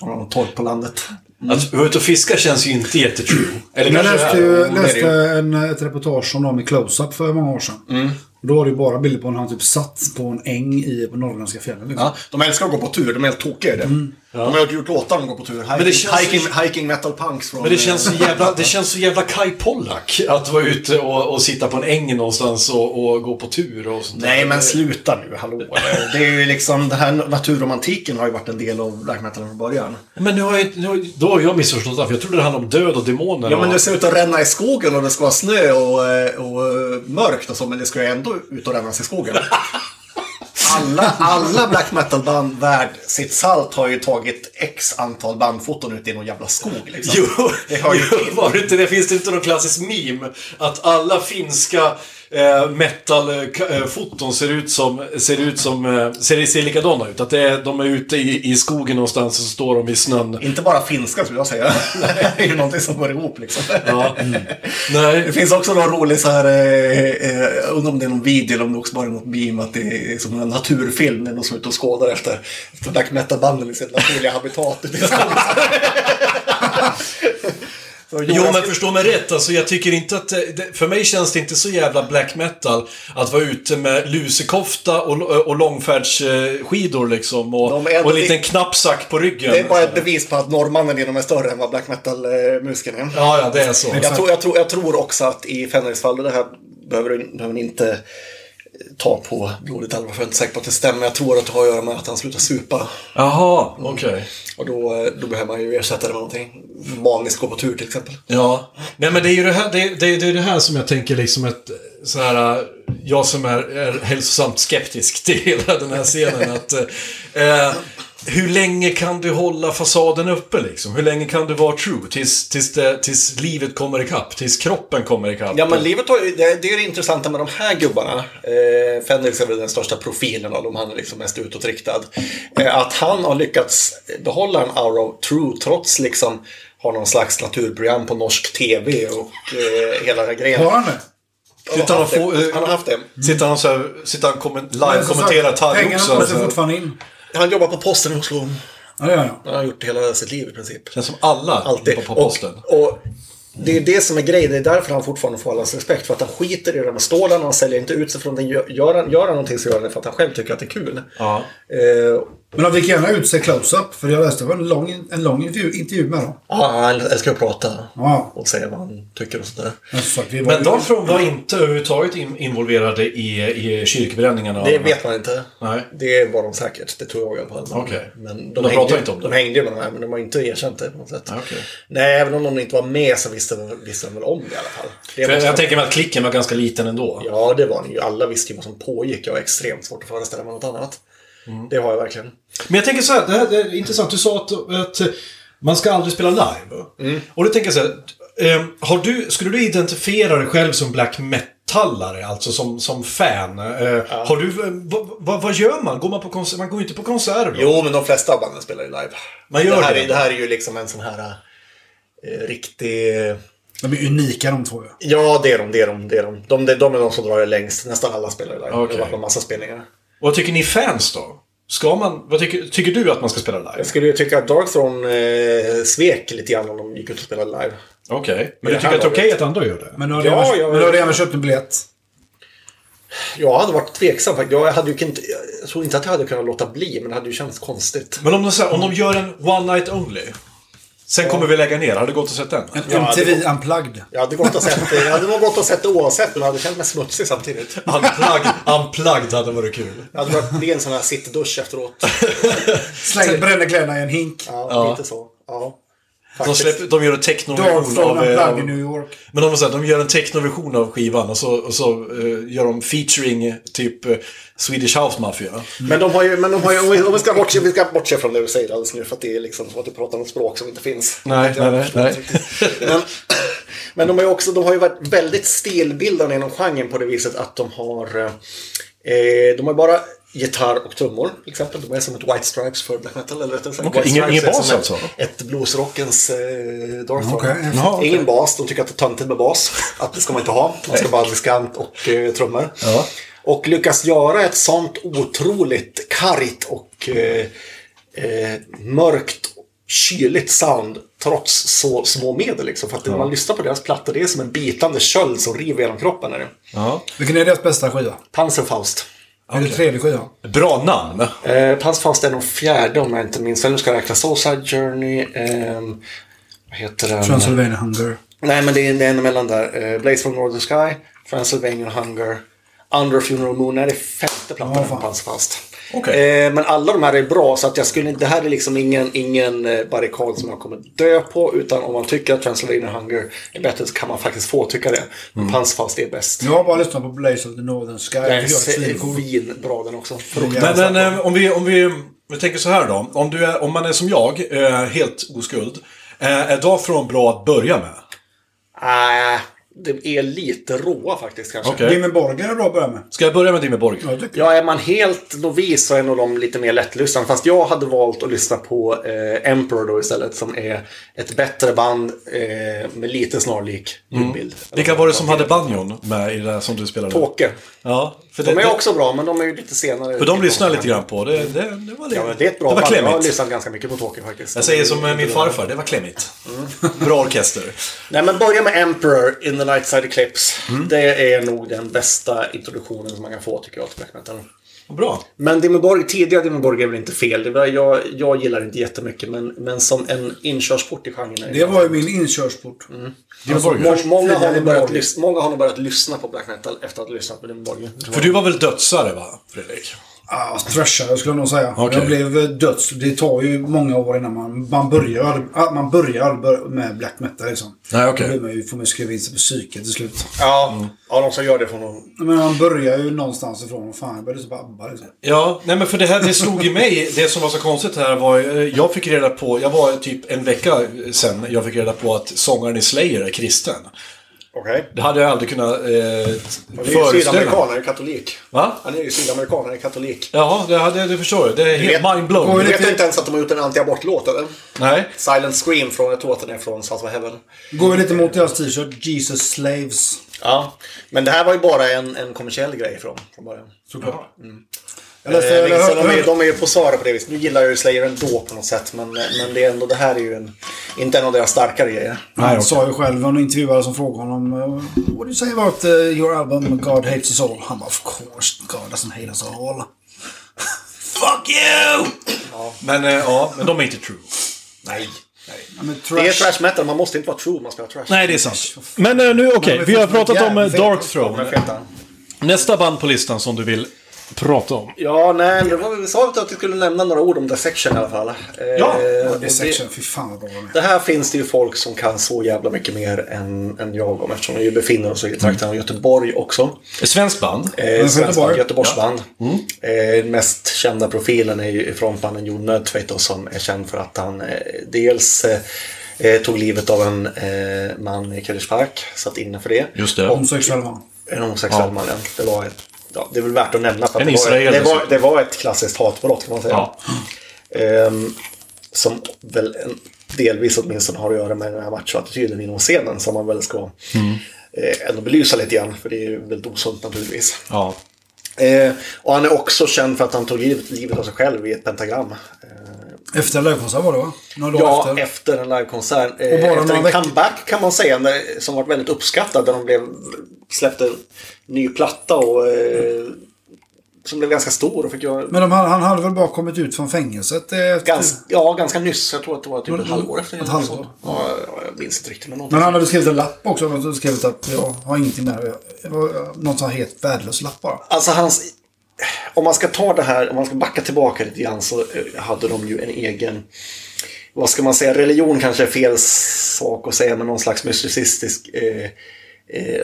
B: Han har någon torp på landet.
C: att
B: Mm.
C: vara ute och fiska känns ju inte jättetrue. Eller
A: Jag
C: kanske det
A: läste,
C: är.
A: ju,
C: Jo, det är det
A: läste
C: ju. Mm.
A: en, eh, ett reportage om dem i close-up för många år sedan. Och då var det ju bara bilder på när han typ satt på en äng i på norrländska fjällen. Liksom.
B: Ja, de älskar att gå på tur, de är helt tokiga i det. De har gjort låtar om att gå på tur. Hiking,
C: Mm. det känns-
B: hiking, hiking metal punks från...
C: Men det känns, så
B: eh,
C: jävla, det känns så jävla Kai Pollak att vara ute och, och sitta på en äng någonstans och, och gå på tur och sånt där.
B: Nej men sluta nu, hallå. Det är ju liksom, den här naturromantiken har ju varit en del av black metalen från början.
C: Men nu har jag, nu, har- då har jag missförstått det här, för jag trodde det handlade om död och demoner.
B: Ja men
C: och-
B: det ser ut att ränna i skogen och det ska vara snö och, eh, och eh, mörkt och så, men det ska ju ändå ut och rännas i skogen. Alla, alla black metal-band värd sitt salt har ju tagit x antal bandfoton ute i någon jävla skog. Liksom.
C: Jo,
B: det hör ju
C: jo,
B: till.
C: var det inte det? Finns det inte någon klassisk meme? Att alla finska eh, metal-foton ser ut som, ser, ut som eh, ser, ser likadana ut. Att det är, de är ute i, i skogen någonstans och så står de i snön.
B: Inte bara finska skulle jag säga. det är ju någonting som går ihop liksom.
C: Ja. Mm.
B: Det
C: Nej.
B: finns också någon rolig så här, eh, eh, undrar om det är någon video eller om det också bara är något meme att det är som en naturfilm när de som är ute och skådar efter, efter black metal-banden i sitt naturliga habitat ute i skogen. Så
C: Jo,
B: Jonas-
C: men förstå mig rätt. Alltså, jag tycker inte att... eh, Det, för mig känns det inte så jävla black metal att vara ute med lusekofta och, och långfärdsskidor liksom. Och,
B: De är-
C: och en liten knappsack på ryggen.
B: Det är bara ett bevis på att norrmannen inom är större än vad black metal-musiken är.
C: Ja, ja, det är så.
B: Jag tror, jag, tror, jag tror också att i Fenriks fall, och det här behöver du behöver ni inte eh, ta på blodigt allvar, för jag är inte säker på att det stämmer. Jag tror att det har att göra med att han slutar supa.
C: Jaha, okej.
B: Och då, eh, då behöver man ju ersätta det med någonting. Manisk gå på tur till exempel.
C: Ja. Nej men det är ju det här, det, det, det, är det här som jag tänker liksom ett så här, äh, jag som är, är hälsosamt skeptisk till hela den här scenen att eh, hur länge kan du hålla fasaden uppe liksom? Hur länge kan du vara true? Tills, tills, det, tills livet kommer ikapp, tills kroppen kommer ikapp.
B: Ja, men livet har ju, det, det är det intressanta med de här gubbarna. Eh, Fenriks är väl den största profilen av dem, han är liksom mest utåtriktad. Eh, att han har lyckats behålla en aura of true trots liksom har någon slags naturprogram på norsk TV och eh, hela den här grejen.
A: Har han det?
B: Han har haft
C: Utan att få,
B: det.
C: eh,
B: Han har haft det.
C: Sitter han, så här, sitter han komment, live
A: Men som
C: kommenterar
A: sagt,
C: Tag
A: Alltså, Pengarna
C: också?
A: kommer sig
C: Alltså.
A: fortfarande in.
B: Han jobbar på posten i Oslo.
A: Ja, ja, ja.
B: Han har gjort det hela sitt liv i princip.
C: Känns som alla
B: Alltid.
C: på, på posten.
B: Och, och det är det som är grejen. Det är därför han fortfarande får allas respekt. För att han skiter i det där med stålarna. Han säljer inte ut sig från det. Gör, gör han, gör han någonting så gör han det för att han själv tycker att det är kul.
C: Ja.
B: Eh,
A: Men de fick gärna ut sig close-up. För jag läste det var en lång, en lång intervju, intervju med dem.
B: ja, han älskar att prata.
A: Ja.
B: Och säga vad han tycker och sådär.
A: Men som sagt, vi var
C: Men
A: ju...
C: de från var inte överhuvudtaget in, involverade i, i kyrkbränningarna?
B: Det vet man inte.
C: Nej.
B: Det var de säkert. Det tror jag i alla fall.
C: Okej.
B: Men de,
C: De pratar
B: hängde,
C: inte om det.
B: de hängde ju med de här, men de har inte erkänt det på något sätt.
C: Okej.
B: Nej, även om de inte var med så visste de, visste de väl om det i alla fall. Det
C: För jag,
B: måste-
C: jag tänker mig att klicken var ganska liten ändå.
B: Ja, det var den ju. Alla visste ju vad som pågick. Jag har extremt svårt att föreställa mig något annat.
C: Mm.
B: Det har jag verkligen.
C: Men jag tänker så här, det här är intressant. Du sa att, att man ska aldrig spela live. Och då tänker jag så här, eh, har du, skulle du identifiera dig själv som black metallare, alltså som, som fan? Eh, Har du, eh, vad- vad- vad gör man? Går man på konserter? Man går ju inte på konserter då?
B: Jo, men de flesta av banden spelar ju live.
C: Man gör
B: det, här
C: det.
B: Är, det här är ju liksom en sån här eh, riktig...
A: De är unika de två ju.
B: Ja, det är de, det är de, det är de. De, de, de är de som drar det längst. Nästan alla spelar ju live. Det
C: Okej.
B: har varit en massa spelningar.
C: Och vad tycker ni fans då? Ska man, vad tycker, tycker du att man ska spela live?
B: Jag skulle ju tycka att Darkthrone eh, svek lite grann om de gick ut och spelade live.
C: Okej.
F: Men du tycker att det är okej att andra gör det?
A: Men du har
F: Ja,
A: redan,
F: jag-
A: men du har redan köpt en biljett.
B: Jag hade varit tveksam faktiskt. Jag, hade ju inte, jag tror inte att jag hade kunnat låta bli, men det hade ju känts konstigt.
C: Men om de, så här, om de gör en One Night Only. Sen kommer vi lägga ner. Har det gått att sätta den?
A: En MTV Unplugged.
B: Jag hade gått och sett det, jag hade nog gått och sett det oavsett, men jag hade känt mig smutsig samtidigt.
C: Unplugged, unplugged hade varit kul.
B: Jag hade varit i en sån här sittdusch efteråt.
A: Slänger, bränner kläderna i en hink.
B: Ja, lite så. Ja.
C: De,
B: Faktiskt.
C: släpper, de gör en
A: Dag
C: technoversion
A: från
C: av... eh,
A: Unplugged i
C: av
A: New York.
C: men de, så här, de gör en technoversion av skivan och så, och så eh, gör de featuring eh, typ eh, Swedish House Mafia.
B: Men de har ju, men de har ju om, vi, om vi ska bortse, vi ska bortse från det du säger alldeles nu, för att det är liksom som att du pratar om ett språk som inte finns.
C: Nej,
B: Jag
C: nej,
B: förstår
C: nej,
B: inte riktigt. Men, men de har ju också, de har ju varit väldigt stilbildande inom genren på det viset att de har, eh, de har bara gitarr och trummor till exempel. De är som ett White Stripes för black metal. Eller rättare sagt,
C: Okej,
B: White
C: ingen-
B: Stripes
C: ingen
B: är
C: bas
B: som
C: alltså?
B: Ett, ett bluesrockens eh, Darth
A: Okej,
B: Vader.
A: jaha, okej.
B: Ingen bas, de tycker att det är töntigt med bas. Att det ska man inte ha. Man ska bara ha diskant och eh, trummor. Och lyckas göra ett sånt otroligt kargt och eh, eh, mörkt, kyligt sound trots så små medel. Liksom. För att när man lyssnar på deras plattor, det är som en bitande köld som river genom kroppen. Är det.
A: Vilken är deras bästa skiva?
B: Panzerfaust.
A: Är det tredje skivan?
C: Bra namn!
B: Eh, Panzerfaust är nog fjärde om jag inte minns fel. Nu ska jag räkna. Soulside Journey. ehm, vad heter den?
A: Transylvania Hunger.
B: Nej, men det är en mellan där. Eh, Blaze from Northern Sky, Transylvanian Hunger, Under Funeral Moon. Nej, det är femte plattan
A: fan.
B: på Panzerfaust.
C: Okej.
B: Eh, men alla de här är bra, så att jag skulle, det här är liksom ingen, ingen eh, barrikad som jag kommer dö på. Utan om man tycker att Transylvanian Hunger är bättre så kan man faktiskt få tycka det. Mm. Panzerfaust är bäst.
A: Jag har bara lyssnat på Blaze of the Northern Sky.
B: Den
A: Jag är
B: är
A: svincool.
B: svinbra den också.
C: Men, men eh, om, vi, om vi, vi tänker så här då. Om, du är, om man är som jag, eh, helt oskuld. Eh, är Dag från bra att börja med?
B: Nej, Äh, det är lite råa faktiskt kanske.
A: Jimmy Borger är bra att börja med.
C: Ska jag börja med Dimmy Borg?
A: Jag tycker
B: Ja, är man helt novis så är nog de lite mer lättlyssnade. Fast jag hade valt att lyssna på eh, Emperor då istället. Som är ett bättre band eh, med lite snarlik ljudbild.
C: Mm. Vilka var det som hade banjon med i det där som du spelade?
B: Tåke.
C: Ja, för det,
B: De
C: det-
B: är också bra, men de är ju lite senare.
C: För de lyssnar jag lite grann på. Det, det, det var,
B: Ja, men det är ett bra
C: det var
B: band. Jag har
C: klämmigt.
B: lyssnat ganska mycket på Tåke faktiskt.
C: Jag säger som eh, min farfar, det var klämmigt. Bra orkester.
B: Nej, men börja med Emperor in the Light Side Eclipse.
C: Mm.
B: Det är nog den bästa introduktionen som man kan få tycker jag till black metal.
C: Bra.
B: Men Dimmerborg, tidiga Dimmerborg är väl inte fel. Det var, jag, jag gillar inte jättemycket, men, men som en inkörsport i genren. är
A: Det var ju min inkörsport.
C: Dimmy Borg.
B: Må, många, har
A: Tidigare
B: nog börjat
A: Borg.
B: lyssna, många har nog börjat lyssna på black metal efter att ha lyssnat på Dimmerborg.
C: För du var väl dödsare va, Fredrik?
A: Ah, thrashare skulle jag nog säga.
C: Okej.
A: Jag blev döds. Det tar ju många år innan man, man börjar, ah, man börjar bör- med black metal liksom.
C: Nej, okej.
A: Då blir man ju, får man ju skriva in sig på psyket till slut.
B: Ja, ja, de som gör det får nog...
A: Men man börjar ju någonstans ifrån. Fan, jag började lyssna på ABBA liksom.
C: Ja, nej men för det här det slog ju mig. Det som var så konstigt här var ju- eh, jag fick reda på, jag var typ en vecka sen jag fick reda på att sångaren i Slayer är kristen.
B: Okej.
C: Det hade jag aldrig kunnat eh,
B: Han är ju
C: föreställa mig.
B: sydamerikan, han är katolik.
C: Va?
B: Han är ju sydamerikan, han är katolik.
C: Ja, det, hade, det förstår jag. Det är helt
B: Du
C: mindblown.
B: vet inte ens att de har gjort en antiabortlåt eller?
C: Nej.
B: Silent Scream från, jag tror att den är från Sons of Heaven.
A: Går ju lite mot deras t-shirt. Jesus Slaves.
B: Ja, men det här var ju bara en, en kommersiell grej från, från början.
A: Såklart. Alltså, Jag
B: Eh,
A: läste...
B: liksom,
A: jag
B: de, är,
A: hörde,
B: de är ju posare på det viset. Nu gillar jag ju Slayer ändå på något sätt, men, eh, men det, är ändå, det här är ju en, inte en av deras starkare grejer.
A: han sa ju själv, en intervjuare som frågade honom eh, What do you say about eh, your album God Hates Us All? Han bara Of course God doesn't hate us all.
C: Fuck you! Men, eh, ja, men de är inte true.
B: Nej.
A: Ja, men
B: Det är
A: trash.
B: trash metal, man måste inte vara true om man spelar trash.
C: Nej, det är sant.
F: Men eh, nu, okej,
A: Men
F: vi har pratat om eh,
A: jävligt
F: Dark
A: fet.
F: Throne.
B: Men feta.
C: Nästa band på listan som du vill prata om.
B: Ja, nej, men det var, vi sa väl att vi skulle nämna några ord om Dissection i alla fall. Eh,
C: Ja,
B: och
A: Det är section, fy fan vad bra den är.
B: Det här finns det ju folk som kan så jävla mycket mer än, än jag om eftersom vi ju befinner oss i trakten av Göteborg också.
C: Ett svenskt band.
B: Eh, svenskt
A: Göteborg.
B: band, Göteborgsband. Eh, den mest kända profilen är ju frontmannen Jon Nödtveit då, som är känd för att han eh, dels eh, eh, tog livet av en eh, man i Kallishpark, satt inne för det.
C: Just det.
A: Homosexuell man.
B: En homosexuell man, ja. Det var ett, ja, det är väl värt att nämna. För att
C: En
B: det, var,
C: israel
B: det, var,
C: dessutom.
B: det var ett klassiskt hatbrott kan man säga.
C: Ja.
B: Ehm, som väl en, delvis åtminstone har att göra med den här machoattityden inom scenen som man väl ska eh, ändå belysa lite grann. För det är ju väldigt osunt naturligtvis.
C: Ja.
B: Eh, och han är också känd för att han tog livet, livet av sig själv i ett pentagram. Eh,
A: Efter livekonsert var det va? Några dagar
B: Ja,
A: efter.
B: efter, en livekonsert. eh,
A: Och bara
B: Efter
A: några
B: en
A: veckor-
B: comeback kan man säga, när- som varit väldigt uppskattad. Där de blev, släppte en ny platta och, eh, som blev ganska stor. Och fick göra
A: Men de, hade- han hade väl bara kommit ut från fängelset? eh, Efter...
B: ganska, ja, ganska nyss. Jag tror att det var typ
A: Men-
B: ett halvår efter.
A: ett halvår.
B: Ja, ja, jag minns inte riktigt. Men någonting.
A: Men han hade skrivit en lapp också. Han hade skrivit att jag har ingenting med det Det var Någon sån här helt värdelös lapp bara.
B: Alltså hans... Om man ska ta det här, om man ska backa tillbaka lite grann så eh, hade de ju en egen... Vad ska man säga? Religion kanske är fel sak att säga, men någon slags mysticistisk eh, eh,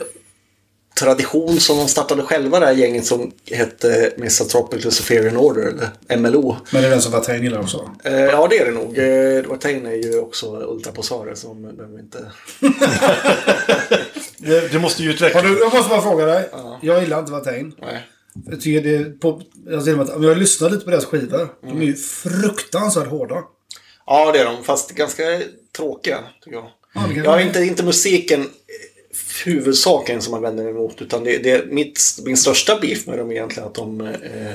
B: tradition som de startade själva, det här gänget som hette Misanthropic Luciferian Order, eller MLO.
A: Men det är den som Vertain gillar också. va?
B: Eh, ja, det är det nog. Eh, Watain är ju också ultraposare, så de behöver inte...
C: Du, du måste ju utveckla.
A: Har Eh, du, jag måste bara fråga dig. Jag gillar inte Vertain.
B: Nej.
A: Jag tycker det är på, jag, till och med, att- om jag lyssnar lite på deras skivor. De är ju fruktansvärt hårda.
B: Ja, det är de. Fast ganska tråkiga, tycker jag.
A: Ja, det kan
B: Jag
A: vara.
B: är inte, inte musiken eh, huvudsaken som man vänder mig emot. Utan det, det, mitt, min största beef med dem är egentligen att de eh,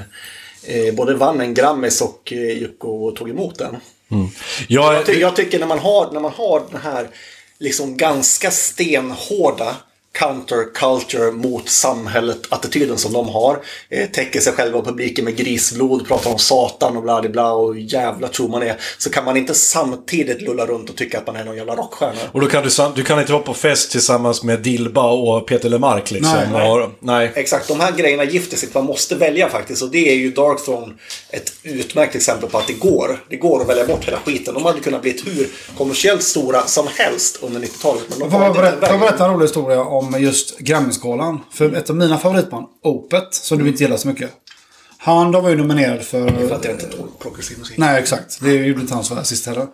B: eh, både vann en Grammis och eh, gick och tog emot den.
C: Jag,
B: Jag, ty- jag tycker när man har, när man har den här liksom ganska stenhårda counterculture mot samhället-attityden som de har. Eh, täcker sig själva och publiken med grisblod, pratar om satan och bla bla, bla och jävla tror man är. Så kan man inte samtidigt lulla runt och tycka att man är någon jävla rockstjärna.
C: och då kan du, sam- du kan inte vara på fest tillsammans med Dilba och Peter Lemark liksom.
A: Nej, nej.
C: Och, nej.
B: Exakt, de här grejerna gifter sig. Man måste välja faktiskt. Och det är ju Darkthrone ett utmärkt exempel på att det går. Det går att välja bort hela skiten. De hade kunnat bli hur kommersiellt stora som helst under 90-talet. Men de
A: Får jag
B: valde den
A: berätta, får jag
B: vägen.
A: berätta en rolig historia om just Grammisgalan? För ett av mina favoritband, Opet, som du inte gillar så mycket. Han de var ju nominerad
B: För
A: för...
B: att jag inte tog progressiv musik.
A: Nej, exakt. Det gjorde inte han så här sist heller.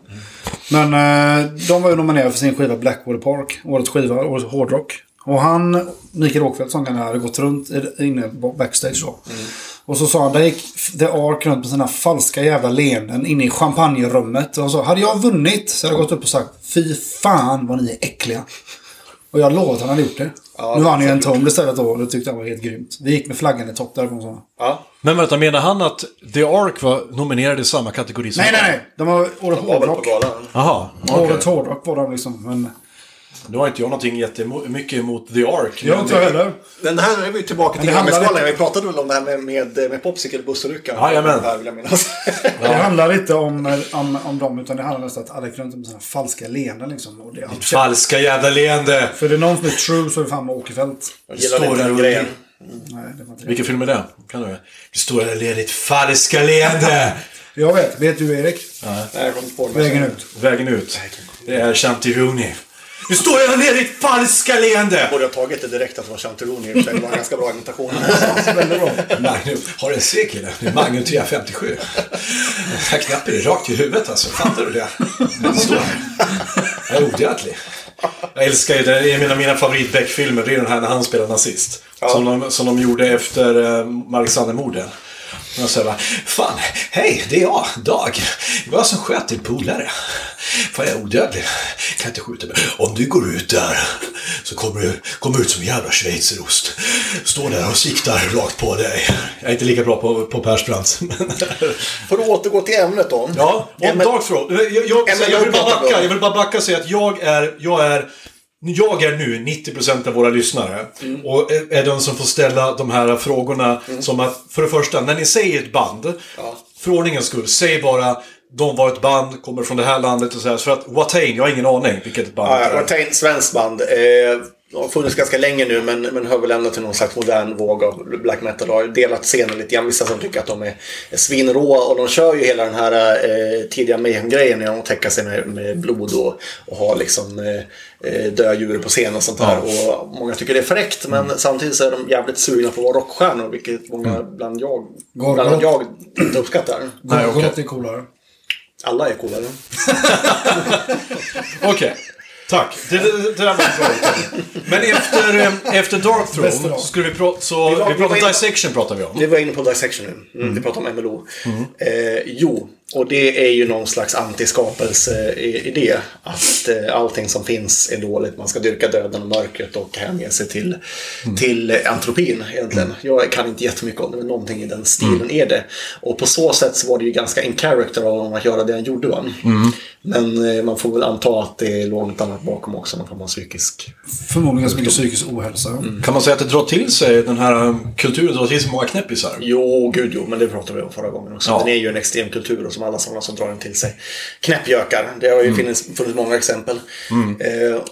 A: Men eh, de var ju nominerade för sin skiva Blackwater Park. Årets skiva, årets hårdrock. Och han, Mikael Åkfeldt, sångaren, hade gått runt i- inne backstage då. Och så sa han, där gick The Ark runt med sina falska jävla leenden inne i champagnerummet. Och han sa, hade jag vunnit så hade jag gått upp och sagt, fy fan vad ni är äckliga. Och jag lovar att han hade gjort det. nu vann ju en tom istället då och det tyckte han var helt grymt. Vi gick med flaggan i topp därifrån. sa han.
B: Ja.
C: Men vänta, menar han att The Ark var nominerad i samma kategori som
A: Nej, nej, nej. De var årets
B: Var väl på
A: hårdrock.
B: galan.
C: Jaha, okej.
A: Årets hårdrock var de liksom. Men...
C: Nu har inte jag någonting jättemycket emot The Ark.
A: Jag
C: men-
A: inte heller.
B: Men det här är vi tillbaka till
A: det handlar
B: Grammisgalan.
A: inte-
B: Vi pratade väl om det här med, med, med Popsicle och bussolyckan.
C: Jajamän.
B: Det här vill jag minnas.
A: Det handlar inte om, om, om dem, utan det handlar nästan om att alla gick runt med sina falska leenden. Liksom, och det,
C: Falska jävla leende!
A: för det är någon som är true så är det fan med Åkerfeldt.
B: Jag gillar
C: Står
B: inte
C: där
B: den
C: och-
B: grejen.
A: Nej, det var inte det.
C: Vilken film är det? Kan du? Det stora ledet falska leende!
A: Jag vet. Vet du Erik?
B: Nej, jag kommer inte på det.
A: Vägen ut.
C: Vägen ut. Det är Shanti Rooney. Nu står jag ner i ditt falska leende!
B: Borde ha tagit det direkt att det var Chantironi. Det var en ganska bra imitation.
C: Magnus, har du en C kille? Det är Magnus 357. Den här knappen är rakt i huvudet alltså. Fattar du det? Den står här. Jag är odödlig. Jag älskar ju det. Det är mina, mina favoritbeck-filmer. Det är den här när han spelar nazist. Som, de, som de gjorde efter eh, Malexandermorden. Och så bara, fan, hej, det är jag, Dag. Det var jag som sköt din polare. Fan, jag är odödlig. Kan inte skjuta mig. Om du går ut där så kommer du kommer ut som en jävla schweizerost. Står där och siktar rakt på dig. Jag är inte lika bra på, på Persbrandt. Men...
B: Får du återgå till ämnet då?
C: Ja, om
B: Ämnet-
C: Darkthrone. Jag, jag, jag,
B: men
C: jag, vill
B: jag
C: bara
B: pratar
C: backa,
B: om-
C: jag vill bara backa och säga att jag är, jag är, jag är nu 90% av våra lyssnare.
B: Mm.
C: Och är, är den som får ställa de här frågorna. Som att, för det första, när ni säger ett band. För ordningens skull, säg bara de var ett band, kommer från det här landet och så här. För att Watain, jag har ingen aning vilket band
B: Ja,
C: det är.
B: Ortain, svenskt band. Eh, har funnits ganska länge nu men, men hör väl ändå till någon slags modern våg av black metal. Har delat scenen lite grann. Vissa som tycker att de är svinråa och de kör ju hela den här eh, tidiga Mayhem-grejen när de täcker sig med, med blod och, och har liksom eh, eh, döda djur på scen och sånt där. Och många tycker det är fräckt men samtidigt så är de jävligt sugna på att vara rockstjärnor vilket många bland jag,
A: Går-
B: bland
A: går-
B: jag inte uppskattar.
A: Nej, okay. är coolare.
B: Alla är coolare.
C: Okej. Tack. Det, det, det där var en fråga. Men efter, eh, efter
A: Bästa
C: Darkthrone
A: dag.
C: så skulle vi prata... Så, vi,
B: var- vi
C: pratar
B: var-
C: dissection pratar vi om.
B: Vi var inne på dissection nu. Mm. Vi pratade om MLO. Eh, jo, Och det är ju någon slags antiskapelseidé. Att eh, allting som finns är dåligt. Man ska dyrka döden och mörkret och hänge sig till, till antropin egentligen. Jag kan inte jättemycket om det, men någonting i den stilen är det. Och på så sätt så var det ju ganska in character av honom att göra det han gjorde. Va? Men eh, man får väl anta att det låg något annat bakom också, någon form av psykisk
A: Förmodligen ganska mycket psykisk ohälsa.
B: Mm.
C: Kan man säga att det drar till sig, den här eh, kulturen drar till sig många knäppisar?
B: Jo, gud jo, men det pratade vi om förra gången också.
C: Ja.
B: Den är ju en extrem kultur och som alla sådana som drar den till sig. Knäppjökar, det har ju
C: Mm.
B: funnits, funnits många exempel. Eh,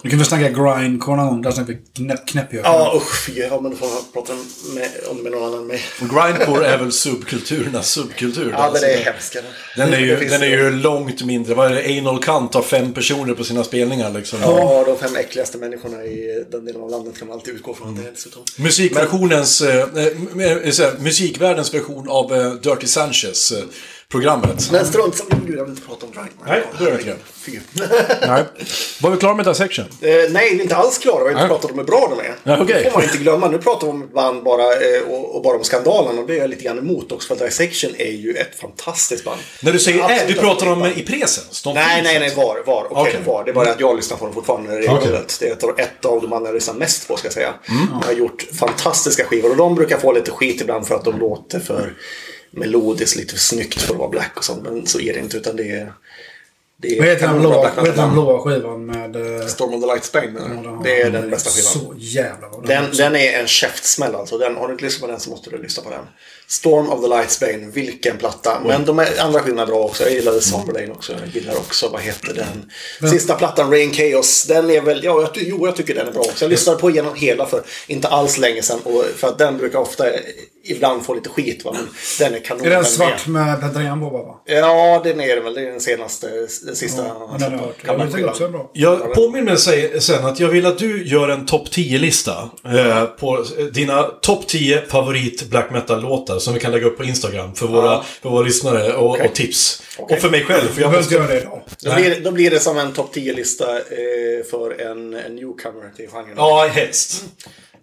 A: Nu kan vi snacka grindcore någon gång. Där snackar vi knäpp, knäppjökar.
C: Mm.
B: ja, usch, fy, ja, men då får man prata med, om det med någon annan än mig.
C: Och grindcore är väl subkulturernas subkultur?
B: Ja, den
C: Alltså,
B: är hemsk.
C: den är
B: Det
C: ju,
B: finns-
C: den är ju långt mindre. Vad är det? Anal Kant har fem personer på sina spelningar liksom.
B: Ja, de fem äckligaste människorna i den delen av landet kan man alltid utgå från att
C: Mm.
B: det är dessutom.
C: Musikversionens, eh, eh, m- eh, så här, musikvärldens version av eh, Dirty Sanchez eh, programmet.
B: Men strunt samma, gud jag vill inte prata om Drive.
C: Nej, då är det inte det.
B: Fy.
C: Nej. Var vi klara med den section?
B: Eh, nej, vi är inte alls klara. Vi har inte
C: Nej.
B: pratat om hur bra de är.
C: Nej, okej.
B: Det får man inte glömma. Nu pratar vi om ett band bara, eh, och, och bara om skandalen. Och det är jag lite grann emot också. För Dissection är ju ett fantastiskt band.
C: När du säger
B: Absolut
C: äh, du pratar om i presens? De
B: Nej,
C: finns
B: nej,
C: alltså.
B: nej. Var, var. Okej,
C: Okej.
B: var. Det är bara att jag lyssnar på dem fortfarande regelbundet. Det är ett av, ett av de andra jag lyssnar mest på, ska jag säga.
C: Mm.
B: De har gjort fantastiska skivor. Och de brukar få lite skit ibland för att de låter för melodiskt, lite för snyggt för att vara black och sånt. Men så är det inte, utan det är... Det är
A: Vad heter den
B: kanonbra
A: blåa,
B: black
A: vad heter den
B: metal-band.
A: blåa skivan med... eh,
B: Storm of the Light Spain, menar
A: Ja,
B: du? Det är den bästa skivan.
A: Så jävla bra.
B: Den, den är en käftsmäll alltså. Den, har du inte lyssnat på den så måste du lyssna på den. Storm of the Lights Bane, vilken platta. Men de är, andra skivorna är bra också. Jag gillade Summerlane också. Jag gillar också, vad heter den? Sista plattan, Rain Chaos. Den är väl, ja, jag, ty- jo jag tycker den är bra också. Jag lyssnade på igenom hela för inte alls länge sedan. Och för att den brukar ofta, ibland få lite skit va. Men den är kanon.
A: Är den
B: med.
A: svart med Petrajan på bara?
B: Ja, den är den väl. Det är den senaste, den sista.
A: Ja, den har
B: alltså,
A: jag hört. Jag tycker också den är bra.
C: Jag påminner sig sen att jag vill att du gör en topp 10-lista eh, på eh, dina topp 10 favorit black metal-låtar som vi kan lägga upp på Instagram för våra, för våra lyssnare och, och tips. Och för mig själv, för
A: Jag
C: jag
A: behöver inte
C: måste...
A: göra det idag.
B: då, blir, då blir det som en topp 10-lista eh, för en, en newcomer till genren.
C: Ja, helst.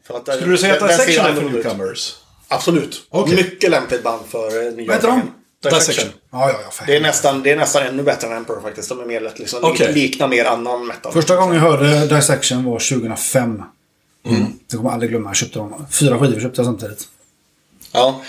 B: För att, eh,
C: Skulle du säga att
B: den-
C: den
B: den ser
C: section är för
B: annorlunda ut.
C: newcomers?
B: Absolut.
C: Okej.
B: Mycket lämpligt band för eh, nya
A: Vad heter de?
B: genren. Dissection.
C: Dissection.
A: Ja, ja, ja. För
B: Det är,
A: helvete.
B: nästan, det är nästan ännu bättre än Emperor faktiskt. De är mer lätt, liksom,
C: Okej.
B: liknar mer annan metal.
A: Första gången jag hörde Dissection var 2005. Det kommer jag aldrig glömma. Jag köpte dem. Fyra skivor köpte jag samtidigt.
B: Ja.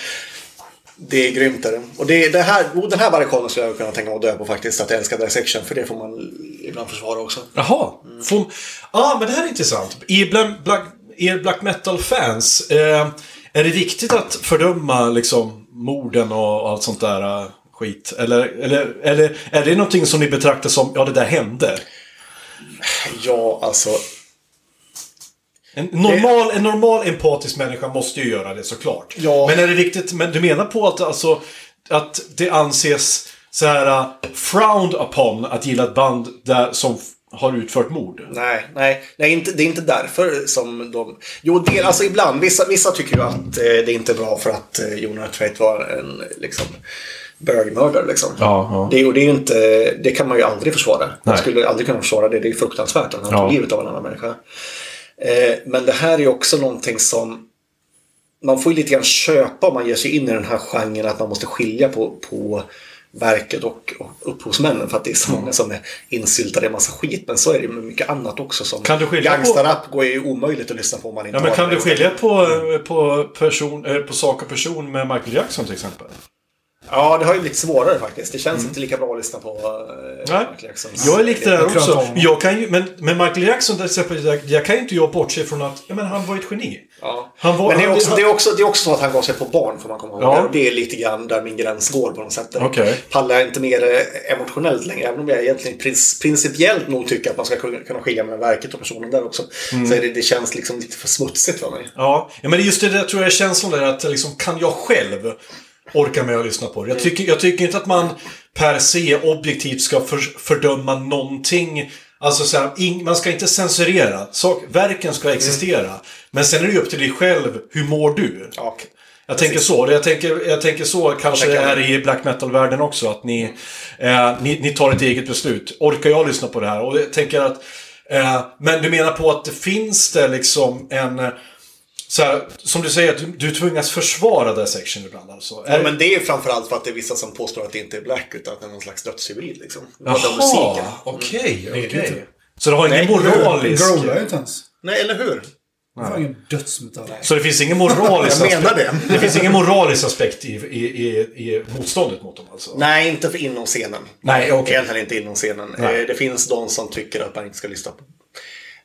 B: Det är grymt. Är det. Och det, det här, jo, den här barrikaden skulle jag kunna tänka mig att dö på faktiskt. Att jag älskar Dissection. För det får man ibland försvara också.
C: Jaha. Får... Ah, men det här är intressant. I bland- black, er black metal-fans, eh, är det viktigt att fördöma liksom, morden och allt sånt där eh, skit? Eller, eller, eller är det någonting som ni betraktar som, ja det där hände?
B: Ja, alltså.
C: En normal, en normal empatisk människa måste ju göra det såklart.
B: Ja.
C: Men är det viktigt, men du menar på att, alltså, att det anses så här eh, frowned upon att gilla ett band där, som f- har utfört mord?
B: Nej, nej. nej inte, det är inte därför som de... Jo, det, alltså ibland. Vissa, vissa tycker ju att eh, det är inte är bra för att eh, Jonathan Tveit var en liksom, bögmördare. Liksom.
C: Ja, ja.
B: Det, och det, är ju inte, det kan man ju aldrig försvara. Man
C: Nej.
B: skulle aldrig kunna försvara det. Det är fruktansvärt att han
C: Ja.
B: tog livet av en annan människa. Eh, men det här är ju också någonting som man får ju lite grann köpa om man ger sig in i den här genren att man måste skilja på, på verket och, och upphovsmännen för att det är
C: Mm.
B: så många som är insyltade i en massa skit. Men så är det ju med mycket annat också. Som
C: Kan du skilja på-
B: gangsterrap går ju omöjligt att lyssna på om man inte
C: Ja, men
B: har
C: kan
B: det.
C: du skilja på, eh, på, person, eh, på sak och person med Michael Jackson till exempel?
B: Ja, det har ju blivit svårare faktiskt. Det känns inte lika bra att lyssna på eh,
C: Mm. Nej.
B: Michael Jackson.
C: Jag är lite där
A: jag tror
C: också.
A: att de-
C: Jag kan ju, men, men Michael Jackson till exempel, jag, jag kan ju inte jag bortse från att ja, men han var ett geni.
B: Ja.
C: Han var-
B: men det är,
C: han-
B: också,
C: han-
B: det, är också, det är också så att han gav sig på barn får man komma ihåg.
C: Ja.
B: Och Det är lite grann där min gräns går på något sätt. Där
C: Okej.
B: Pallar jag inte mer eh, emotionellt längre. Även om jag egentligen princ- principiellt nog tycker att man ska kunna kunna skilja mellan verket och personen där också.
C: Mm.
B: Så är det, det känns liksom lite för smutsigt för mig.
C: Ja, ja men just det där tror jag är känslan där att liksom, kan jag själv orka med att lyssna på det? Jag tycker, jag tycker inte att man per se objektivt ska för, fördöma någonting. Alltså så här, ing, man ska inte censurera. Sak, verken ska existera. Men sen är det ju upp till dig själv, hur mår du?
B: Ja.
C: Jag tänker så. Jag tänker, jag tänker så kanske det
B: tänker jag
C: är i black metal-världen också. Att ni, eh, ni, ni tar ett eget beslut. Orkar jag lyssna på det här? Och jag tänker att... Eh, men du menar på att det finns det liksom en... eh, så här, som du säger, att du, du tvingas försvara Death Section ibland alltså.
B: Ja,
C: Är-
B: men det är framförallt för att det är vissa som påstår att det inte är Black utan att det är någon slags dödscivil liksom. Jaha.
C: Jaha,
B: musiken. Mm.
C: Okej, okej. Så det har ingen moralisk...
A: Growlar ju inte ens.
B: Nej, eller hur?
A: Det var ingen dödsmetall.
C: Så det finns ingen moralisk
B: Jag menar det.
C: aspekt- Det finns ingen moralisk aspekt i, i, i, i motståndet mot dem alltså?
B: Nej, inte för inom scenen.
C: Nej, okej.
B: Egentligen inte inom scenen.
C: Nej.
B: Eh, Det finns de som tycker att man inte ska lyssna på.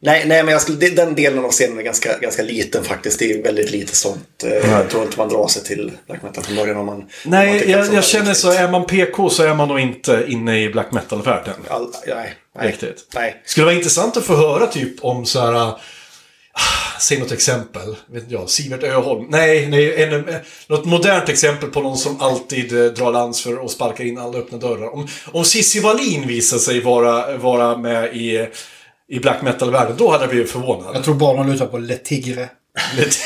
B: Nej, nej men jag skulle, det- den delen av scenen är ganska, ganska liten faktiskt. Det är väldigt lite sånt. Eh, Jag tror inte man drar sig till black metal från början om man... om man
C: Nej,
B: tycker att
C: jag,
B: sånt
C: jag
B: är
C: känner så.
B: viktigt.
C: Är man PK så är man nog inte inne i black metal-världen.
B: All, nej, nej.
C: Riktigt.
B: Nej.
C: Skulle vara intressant att få höra typ om så här... ah, Säg något exempel. Vet inte jag, Sivert Öholm. Nej, nej en, eh, något modernt exempel på någon som alltid eh, drar lans för och sparkar in alla öppna dörrar. Om, om Cissi Wallin visar sig vara, vara med i, i black metal-världen, då hade jag blivit förvånad.
A: Jag tror bara man lutar på Le Tigre.
C: Lite-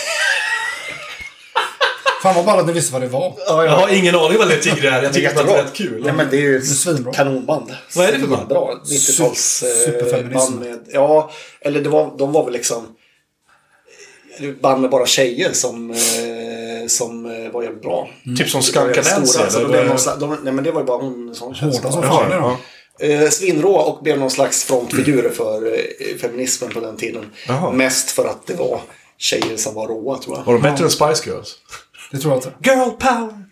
A: Fan vad ballt att ni visste vad det var.
C: Jag har ingen aning vad Led Tigre är. Jag
B: Det är
C: tycker bara att det är rätt
B: jättebra.
C: kul.
B: Nej, men det är ju
A: svinbra.
B: ett kanonband.
C: Vad är det för band?
B: Bra. 90-tals... eh,
A: Superfeminism.
B: band med- Ja, eller det var, de var väl liksom... det var ett Band med bara tjejer som, eh, som eh, var jävligt bra.
C: Typ som
B: Det var
C: Skanka
B: jävligt
C: Nancy.
B: stora, så
C: eller?
B: de blev någon slags- de- Nej men det var ju bara hon som
A: Hårda
B: Ja.
A: som fan är
C: ja.
A: de.
B: Eh, Svinrå och blev någon slags frontfigurer för eh, feminismen på den tiden.
C: Mm. Jaha.
B: Mest för att det var tjejer som var råa tror jag.
C: Var de bättre än Spice Girls?
A: Det tror jag inte.
C: Girl power!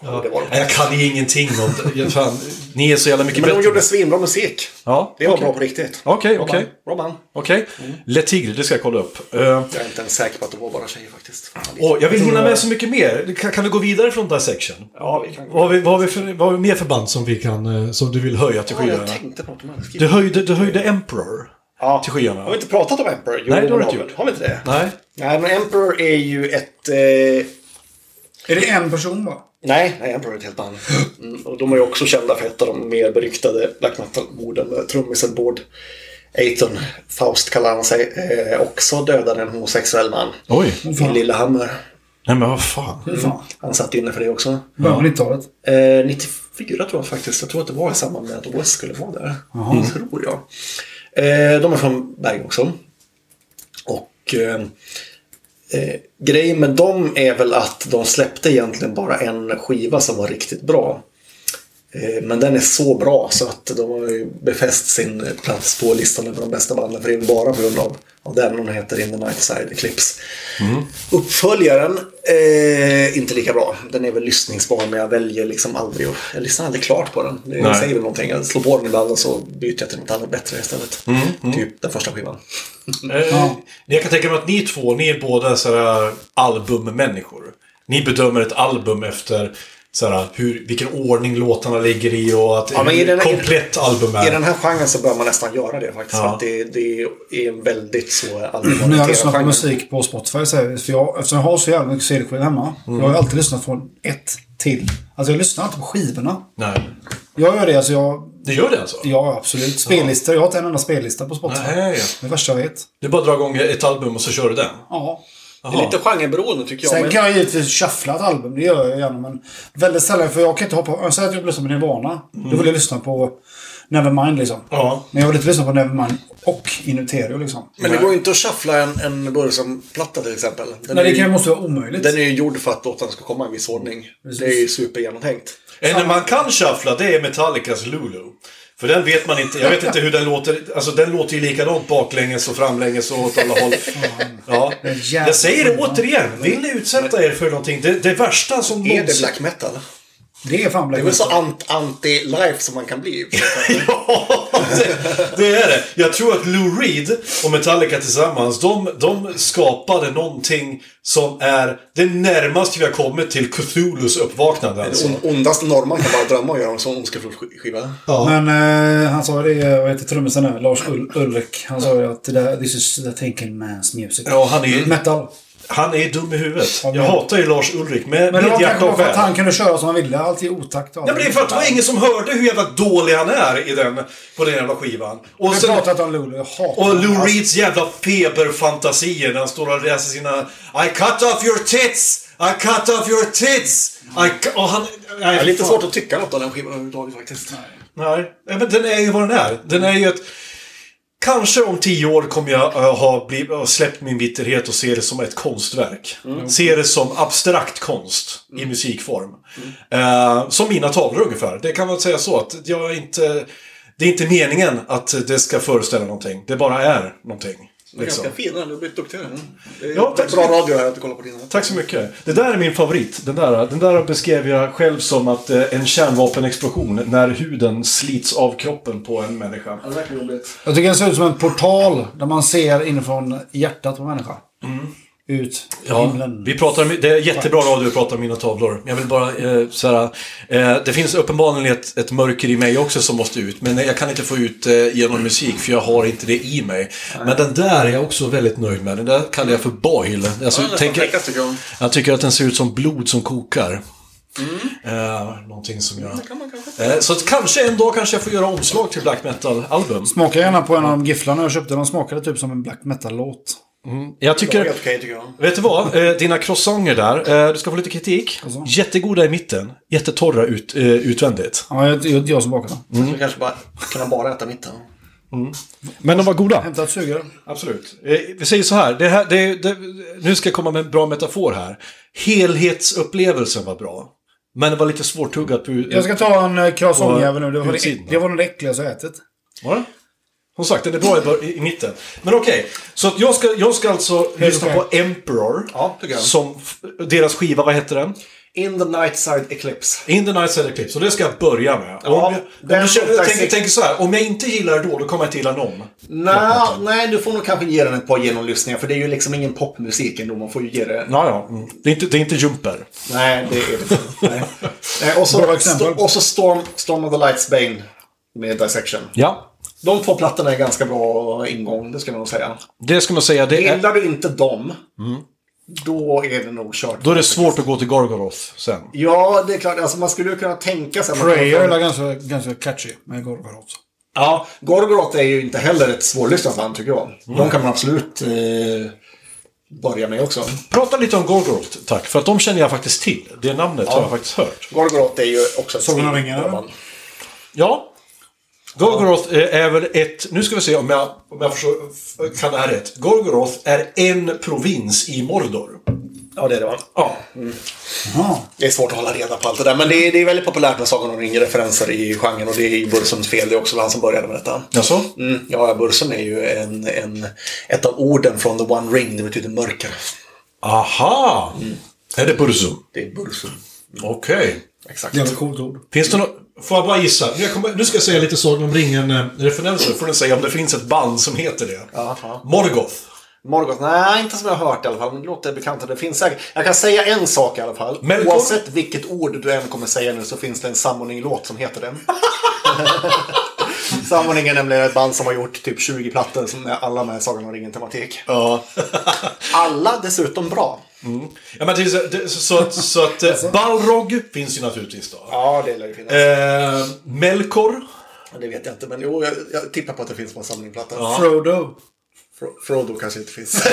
B: Det var de.
C: Nej, Jag kan ju ingenting om det. Jag- Fan, ni är så jävla mycket
B: Men de
C: bättre.
B: gjorde svinbra musik.
C: Ja,
B: Det var
C: okej.
B: bra på riktigt.
C: Okej,
B: Bra
C: okej.
B: band. Bra band.
C: Okej. Le Tigre, det ska jag kolla upp. Eh,
B: Jag är inte ens säker på att det var bara tjejer faktiskt.
C: åh, jag vill hinna med så mycket mer. Kan, kan vi gå vidare från Dissection?
B: Ja, vi kan
C: Vad har vi, vad har vi, för, vad har vi mer för band som, vi kan, eh, som du vill höja till
B: Ja, jag
C: skyarna?
B: tänkte på att de hade skrivit.
C: Du höjde, du höjde Emperor
B: Ja.
C: till skyarna.
B: Har vi inte pratat om Emperor? Jo,
C: Nej, det har
B: vi
C: vi inte
B: väl.
C: gjort.
B: Har vi inte det?
C: Nej.
B: Nej, men Emperor är ju ett... Eh...
A: Är det en person bara?
B: Nej, nej, Emperor är ett helt band. Mm, och de är ju också kända för ett av de mer beryktade black metal-morden med trummisen Bård Eiton. Faust kallar han sig. Eh, också dödade en homosexuell man.
C: Oj.
B: I Lillehammer.
C: Nej, men vad fan.
A: Fy fan.
B: Han satt inne för det också.
A: Början på 90-talet.
B: Eh, 94 tror jag faktiskt. Jag tror att det var i samband med att OS skulle vara där. Tror jag. Eh, de är från Bergen också. Och eh, eh, grejen med dem är väl att de släppte egentligen bara en skiva som var riktigt bra. Eh, men den är så bra så att de har ju befäst sin plats på listan över de bästa banden. För det är bara på grund av, av den. Hon heter In the Night Side Eclipse. Uppföljaren, eh, inte lika bra. Den är väl lyssningsbar men jag väljer liksom aldrig att- Jag lyssnar aldrig klart på den. Det
C: Nej.
B: säger väl någonting. Jag slår på den ibland och så byter jag till något annat bättre istället. Typ den första skivan.
C: Eh, jag kan tänka mig att ni två, ni är båda sådär albummänniskor. Ni bedömer ett album efter sådär, hur, vilken ordning låtarna ligger i och att
B: Ja, men i
C: hur
B: den här-
C: komplett album
B: I
C: är.
B: den här genren så bör man nästan göra det faktiskt. För
C: Ja.
B: att det, det är en väldigt så
A: När jag
B: allvarlig
A: lyssnar på musik på Spotify så här, för jag, eftersom jag har så jävla mycket CD-skivor hemma. Jag har ju alltid lyssnat från ett till. Alltså jag lyssnar inte på skivorna.
C: Nej.
A: Jag gör det alltså. Jag,
C: Det gör det alltså?
A: ja, absolut. Spellistor. Jag har inte en enda spellista på Spotify.
C: Nej.
A: Det värsta jag vet.
C: Du bara drar igång ett album och så kör du den?
A: Ja.
B: Det är lite genreberoende tycker jag.
A: Sen
B: Men,
A: kan jag givetvis shuffla ett album, det gör jag gärna. Men väldigt sällan, för jag kan inte hoppa... Jag säger att jag lyssnar på Nirvana. Då vill jag lyssna på Nevermind liksom.
C: Mm. Ja.
A: Men jag vill inte lyssna på Nevermind och Inuterio liksom.
B: men det går ju inte att shuffla en, en Burson-platta till exempel. Den,
A: Nej,
B: är
A: det kan,
B: ju,
A: måste vara omöjligt.
B: den är ju gjord för att låtarna ska komma i en viss ordning. Det är ju supergenomtänkt.
C: En man kan shuffla, det är Metallicas Lulu. För den vet man inte, jag vet inte hur den låter. Alltså den låter ju likadant baklänges och framlänges och åt alla håll. Ja. Jag säger det återigen, vill ni utsätta er för någonting? Det, det värsta som
B: Är det
C: någonsin...
B: black metal?
A: Det är fan
B: Det
A: Black
B: är väl så
A: Metal.
B: ant- anti-life som man kan bli.
C: Ja, det, det är det. Jag tror att Lou Reed och Metallica tillsammans, de, de skapade någonting som är det närmaste vi har kommit till Cthulhus uppvaknande. Alltså.
B: On- Ondaste norrman kan bara drömma om att göra en sån ondskefull sk- skiva.
A: Men eh, han sa det, vad heter trummisen nu? Lars Ul Ulrik. Han sa ju att det där, this is the thinking man's music.
C: Ja, han är,
A: Metal.
C: han är dum i huvudet.
A: Ja,
C: Jag
A: men-
C: hatar ju Lars Ulrik med
A: Men det var
C: mitt
A: kanske
C: hjärta
A: bara
C: och
A: för att
C: själ.
A: han kunde köra som han ville. Allt i otakt och
C: Nej, men det är för att det var ingen som hörde hur jävla dålig han är i den, på den jävla skivan. Och,
A: Vi
C: sen,
A: har pratat om Lulu. Jag hatar
C: och Lou
A: honom.
C: Reeds jävla feberfantasier när han står och läser sina I cut off your tits! I cut off your tits! I cu- och han, nej,
B: Det är lite
C: fan.
B: svårt att tycka något om den skivan överhuvudtaget faktiskt.
C: Nej, Nej, men den är ju vad den är. Den är ju ett... Kanske om tio år kommer jag eh, ha bliv- ha släppt min bitterhet och se det som ett konstverk. Se det som abstrakt konst i musikform. Eh, som mina tavlor ungefär. Det kan man säga så att jag inte... Det är inte meningen att det ska föreställa någonting. Det bara är någonting. Liksom.
B: Ganska fina, du har blivit duktigare. Det är
C: Ja, tack så
B: bra radio här att du kollar på dina.
C: Tack så mycket. Det där är min favorit. Den där, den där beskrev jag själv som att eh, en kärnvapenexplosion när huden slits av kroppen på en människa.
B: Det verkar roligt.
A: Jag tycker den ser ut som en portal där man ser inifrån hjärtat på människan. Ut i
C: Ja,
A: himlen.
C: vi pratar, om- det är jättebra radio att prata om mina tavlor. Jag vill bara eh, så här, eh, Det finns uppenbarligen ett, ett mörker i mig också som måste ut. Men jag kan inte få ut eh, genom musik för jag har inte det i mig. Men den där är jag också väldigt nöjd med. Den där kallar jag för boil. Alltså,
B: den är
C: tänker-
B: perfekt, tycker jag. Mm.
C: jag tycker att den ser ut som blod som kokar. Eh, någonting som jag... Eh, så att kanske en dag kanske jag får göra omslag till black metal-album.
A: Smaka gärna på en av de gifflarna jag köpte. De smakade typ som en black metal-låt.
C: Jag
B: Det är
C: tycker...
B: helt okej tycker jag.
C: Vet du vad? Eh, dina croissanter där, eh, du ska få lite kritik. Jättegoda i mitten, jättetorra ut, eh, utvändigt.
A: Ja, jag, jag, jag som bakade dem.
B: Mm. kanske bara kan bara äta mitten.
C: Men de var goda.
A: Hämtat sugare.
C: Absolut. Eh, vi säger så här, det här det, det, nu ska jag komma med en bra metafor här. Helhetsupplevelsen var bra. Men det var lite svårtuggat på
A: Jag ska ta en eh, croissantjävel nu. Det var
C: Utsidan.
A: det, det var nog det äckligaste jag har ätit.
C: Var det? Som sagt, den är bra i, bör- i, i mitten. Men okej, så att jag, ska, jag ska alltså lyssna
A: okej.
C: på Emperor.
B: Ja, tycker jag.
C: som f- deras skiva, vad heter den?
B: In the night side eclipse.
C: In the Night Side Eclipse, och det ska jag börja med.
B: Ja,
C: om jag,
B: den
C: om jag, känner-
B: låter
C: jag tänker,
B: sig-
C: tänker så här, om jag inte gillar det då, då kommer jag inte gilla någon.
B: Nej, nej, du får nog kanske ge den ett par genomlyssningar för det är ju liksom ingen popmusik ändå. Man får ju ge det...
C: Ja, ja. Mm. Det, är inte, det är inte Jumper.
B: Nej, det är det inte. Nej. Nej, Och
A: Bra
B: så,
A: exempel.
B: sto- och så Storm, Storm of the Lights Bane med Dissection.
C: Ja.
B: De två plattorna är ganska bra ingång, det ska man nog säga.
C: Det ska man säga, det är,
B: Gillar du inte dem, Mm. då är det nog kört.
C: då är det svårt att gå till Gargoroth sen.
B: Ja, det är klart. Alltså, man skulle ju kunna tänka sig... att man kan
A: Prayer
B: få-
A: är ganska, ganska catchy. Men går bra också.
B: Ja, Gorgoroth är ju inte heller ett svårlyssnat band tycker jag.
A: Mm.
B: De kan man absolut eh, börja med också.
C: Prata lite om Gargoroth, tack. För att de känner jag faktiskt till. Det namnet har jag faktiskt hört.
B: Gorgoroth är ju också ett
A: Sagan om
B: svinbra
A: ringarna?
B: band.
C: Ja. Gorgoroth eh, är väl ett... Nu ska vi se om jag, om jag förstår, f- kan det här rätt. Gorgoroth är en provins i Mordor.
B: Ja, det är det va?
C: Ja.
A: Ja.
B: Det är svårt att hålla reda på allt det där. Men det är, det är väldigt populärt med Sagan om ringen-referenser i genren. Och det är ju Bursums fel. Det är också han som började med detta.
C: Jaså?
B: Mm, ja, Bursum är ju en, en, ett av orden från The One Ring. Det betyder mörker.
C: Aha! Är det Burzum?
B: Det är Bursum.
C: Okej.
B: Exakt.
A: Det är ett coolt ord.
C: Finns det något... Får jag bara gissa? Jag kommer, nu ska jag säga lite Sagan om ringen-referenser. får ni säga om det finns ett band som heter det.
B: Jaha.
C: Morgoth.
B: Morgoth? Nej, inte som jag har hört i alla fall. Men det låter bekant. Det finns säkert. Jag kan säga en sak i alla fall.
C: Men-
B: Oavsett vilket ord du än kommer säga nu så finns det en sammoninglåt som heter det. Sammoning är nämligen ett band som har gjort typ 20 plattor som är alla med Sagan om ringen-tematik.
C: Ja.
B: Alla dessutom bra.
C: ja men det, är så- det, så, så, att- så att... eh, Balrog finns ju naturligtvis då.
B: Ja, det lär ju finnas.
C: Eh, Melkor.
B: Det vet jag inte, men jo, jag, jag tippar på att det finns på en samlingplatta.
A: Frodo.
B: Fro- Frodo kanske inte finns.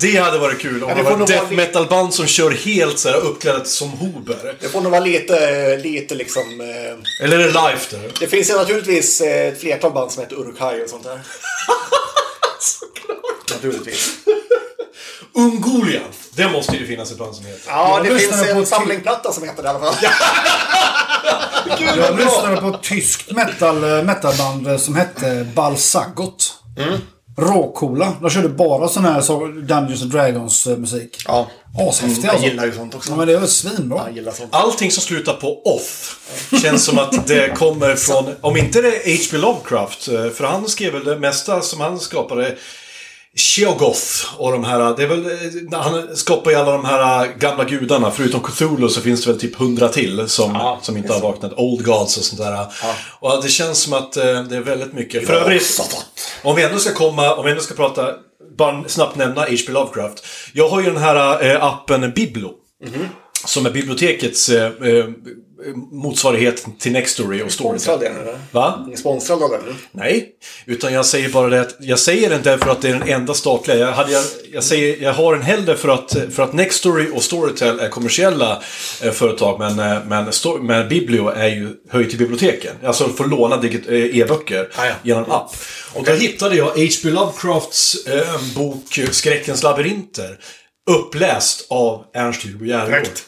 C: Det hade varit kul om
B: Ja,
C: det
B: det
C: var
B: får
C: ett
B: nog
C: death
B: vara-
C: metal-band som kör helt så här uppklädd som Hober.
B: det får nog vara lite, lite liksom... Eh,
C: Eller är det Life där?
B: det finns ju naturligtvis eh, ett flertal band som heter Uruk-hai och sånt där. Naturligtvis.
C: Ungoliant. Det måste ju finnas ett band som heter.
B: Ja,
A: Jag
B: det
A: lyssnade
B: finns
A: på
B: en
A: ett
B: samlingplatta som heter det i alla fall.
A: Jag lyssnade på ett tyskt metal, eh, metalband som hette Balsagot.
B: Mm.
A: Råcoola. De körde bara sån här så- Dungeons and Dragons eh, musik.
B: Ja. Mm,
A: Ashäftig
B: Jag
A: alltså.
B: gillar ju sånt också.
A: Ja, men det var svinbra.
B: Jag gillar sånt.
C: Allting som slutar på off känns som att det kommer från, om inte det är H.P. Lovecraft, eh, för han skrev väl det mesta som han skapade. Sheogoth och de här, det är väl, eh, när han skapar ju alla de här eh, gamla gudarna. Förutom Cthulhu så finns det väl typ hundra till som, som inte har vaknat. Old Gods och sånt där. Och det känns som att eh, det är väldigt mycket. För övrigt, om vi ändå ska komma, om vi ändå ska prata, bara snabbt nämna H.P. Lovecraft. Jag har ju den här eh, appen Biblo. Som är bibliotekets eh, eh, motsvarighet till Nextory och Storytel.
B: Sponsrad är den eller?
C: Va?
B: Sponsrad av den?
C: Nej, utan jag säger bara det att jag säger den därför att det är den enda statliga. Jag, hade, jag, jag, säger, jag har den hellre för att, för att Nextory och Storytel är kommersiella eh, företag men, eh, men, Sto- men Biblio är ju, hör ju till biblioteken. Alltså får låna digit- eh, e-böcker
B: Ah, ja.
C: genom app. Och då hittade jag H.P. Lovecrafts eh, bok Skräckens labyrinter uppläst av Ernst Hugo Järgård.
B: Korrekt.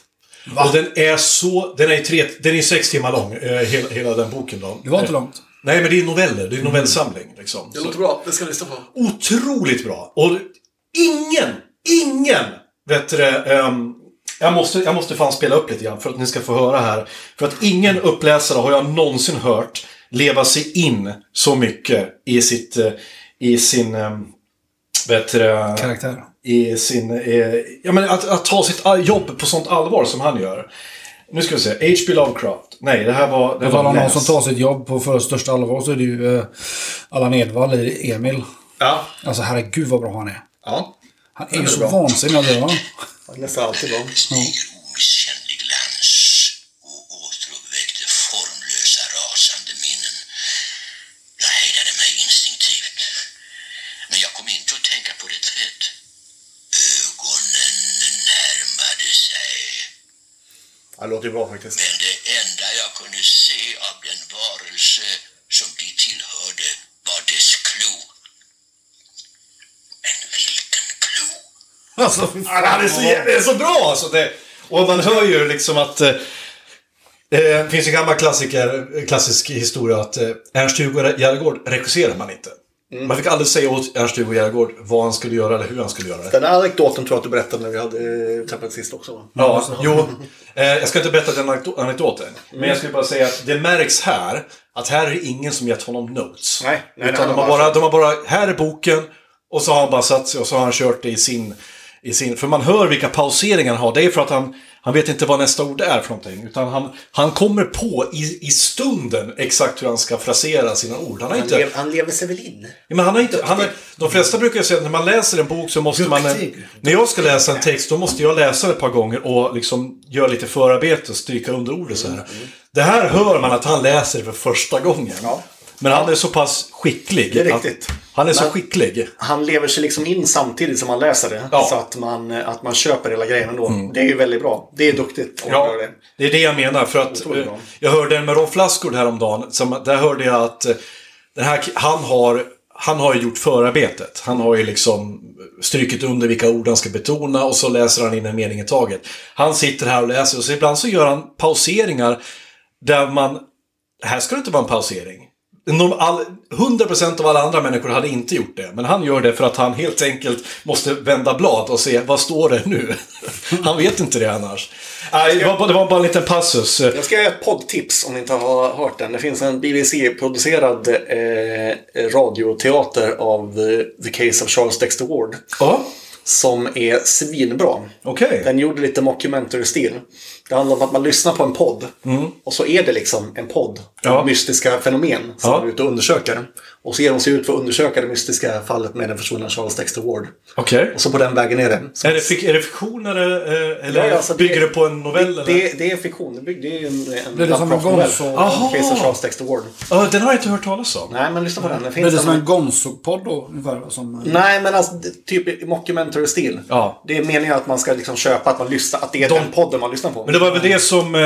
C: Och den är så... Den är ju tre, den är ju sex timmar lång, eh, hela, hela den boken då.
A: Det var inte långt.
C: Nej, men det är noveller. Det
A: Mm.
C: är en novellsamling. Liksom.
B: Det
C: Så-
B: låter bra, det ska vi lyssna på.
C: Otroligt bra! Och ingen, ingen! Vet du det, ehm, jag, måste, jag måste fan spela upp lite grann för att ni ska få höra här. För att ingen uppläsare har jag någonsin hört leva sig in så mycket i sitt... eh, I sin... ehm, Vet du det,
A: Karaktär.
C: i sin... Eh, ja, men att, att ta sitt all- jobb på sånt allvar som han gör. Nu ska vi se. H.P. Lovecraft. Nej, det här var... Det
A: På tal om någon som
C: Läs.
A: tar sitt jobb på för största allvar så är det ju eh, Allan Edwall i Emil.
C: Ja.
A: Alltså herregud vad bra han är.
C: ja.
A: Han är ju så vansinnig att göra.
B: Nästan alltid bra.
G: en oiskänlig glans och återuppväckte formlösa rasande minnen. Jag hejdade mig instinktivt. Men jag kom inte att tänka på reträtt. Ögonen närmade sig.
B: Ja, Det låter ju bra faktiskt.
G: Men det enda jag kunde se av den varelse som de tillhörde var dess klo. Men vilken klo!
A: Alltså, fy
C: Ja, det, här är så, jä- det är så bra alltså. Det, och man hör ju liksom att... eh, eh, Det finns en gammal klassiker, klassisk historia att eh, Ernst-Hugo Järregård regisserar man inte. Man fick aldrig säga åt Ernst-Hugo Järregård vad han skulle göra eller hur han skulle göra det.
B: Den här anekdoten tror jag att du berättade när vi hade eh, träffats sist också. va?
C: Ja, jo. Eh, jag ska inte berätta den anekdo- anekdoten. Men jag skulle bara säga att det märks här att här är det ingen som gett honom notes.
B: Nej, nej, nej,
C: Utan de,
B: bara-
C: har bara, de har bara, här är boken och så har han bara satt sig och så har han kört det i sin, i sin... För man hör vilka pauseringar han har. Det är för att han, han vet inte vad nästa ord är för någonting. Utan han, han kommer på i, i stunden exakt hur han ska frasera sina ord. Han har
B: Han,
C: inte...
B: lev, han lever sig väl in?
C: Ja, Men han har inte, han har, de flesta brukar ju säga att när man läser en bok så måste man...
B: Duktig.
C: När jag ska läsa en text, då måste jag läsa det ett par gånger och liksom göra lite förarbete och stryka under ord och så
B: Mm,
C: här. Det här hör man att han läser för första gången.
B: Ja.
C: Men han är så pass skicklig.
B: Det är
C: att-
B: riktigt.
C: Han är så
B: Men-
C: skicklig.
B: Han lever sig liksom in samtidigt som han läser det.
C: Ja.
B: Så att man, eh, att man köper hela grejen ändå. Det är ju väldigt bra. Det är duktigt om man
C: Ja,
B: gör det.
C: det är det jag menar. För att
B: Otroligt
C: eh,
B: bra.
C: jag hörde en med Ron Flaskord häromdagen. Som, där hörde jag att eh, den här, ki- han, har, han har ju gjort förarbetet. Han har ju liksom strykit under vilka ord han ska betona och så läser han in en mening i taget. Han sitter här och läser och så ibland så gör han pauseringar där man... Här ska det inte vara en pausering. Norm- all- 100% av alla andra människor hade inte gjort det, men han gör det för att han helt enkelt måste vända blad och se vad står det nu. Han vet inte det annars. Nej, det, var bara, det var bara en liten passus.
B: Jag ska ge ett poddtips om ni inte har hört den. Det finns en BBC-producerad eh, radioteater av eh, The Case of Charles Dexter Ward.
C: Ja,
B: Som är svinbra.
C: okej.
B: Den gjorde lite mockumentary-stil. Det handlar om att man lyssnar på en podd. Och så är det liksom en podd.
C: Mm. Ja.
B: Om mystiska fenomen som
C: Ja.
B: de är ute och undersöker. Och så ger de sig ut för att undersöka det mystiska fallet med den försvunna Charles Dexter Ward.
C: Okej.
B: Och så på den vägen är det. Så
C: Är det, fik- är det fiktion eller, eh, eller
B: Ja, ja, alltså det-
C: bygger det, på en novell? eller?
B: det, det är fiktion. Det bygg- det är ju en, en
A: Blir det som en
B: Lovecraft-novell.
A: Gonzo-
B: Om Case of Charles Dexter Ward.
C: Ja, den har jag inte hört talas om.
B: Nej, men lyssna på den. Den
A: Är
B: finns
A: det som
B: den.
A: en Gonzo-podd då? Ungefär, som,
B: Nej, men alltså det- typ i mockumentary-stil.
C: Ja.
B: Det är meningen att man ska liksom köpa, att man lyssnar, att det är
C: De-
B: den podden man lyssnar på.
C: Men det var väl det som, eh,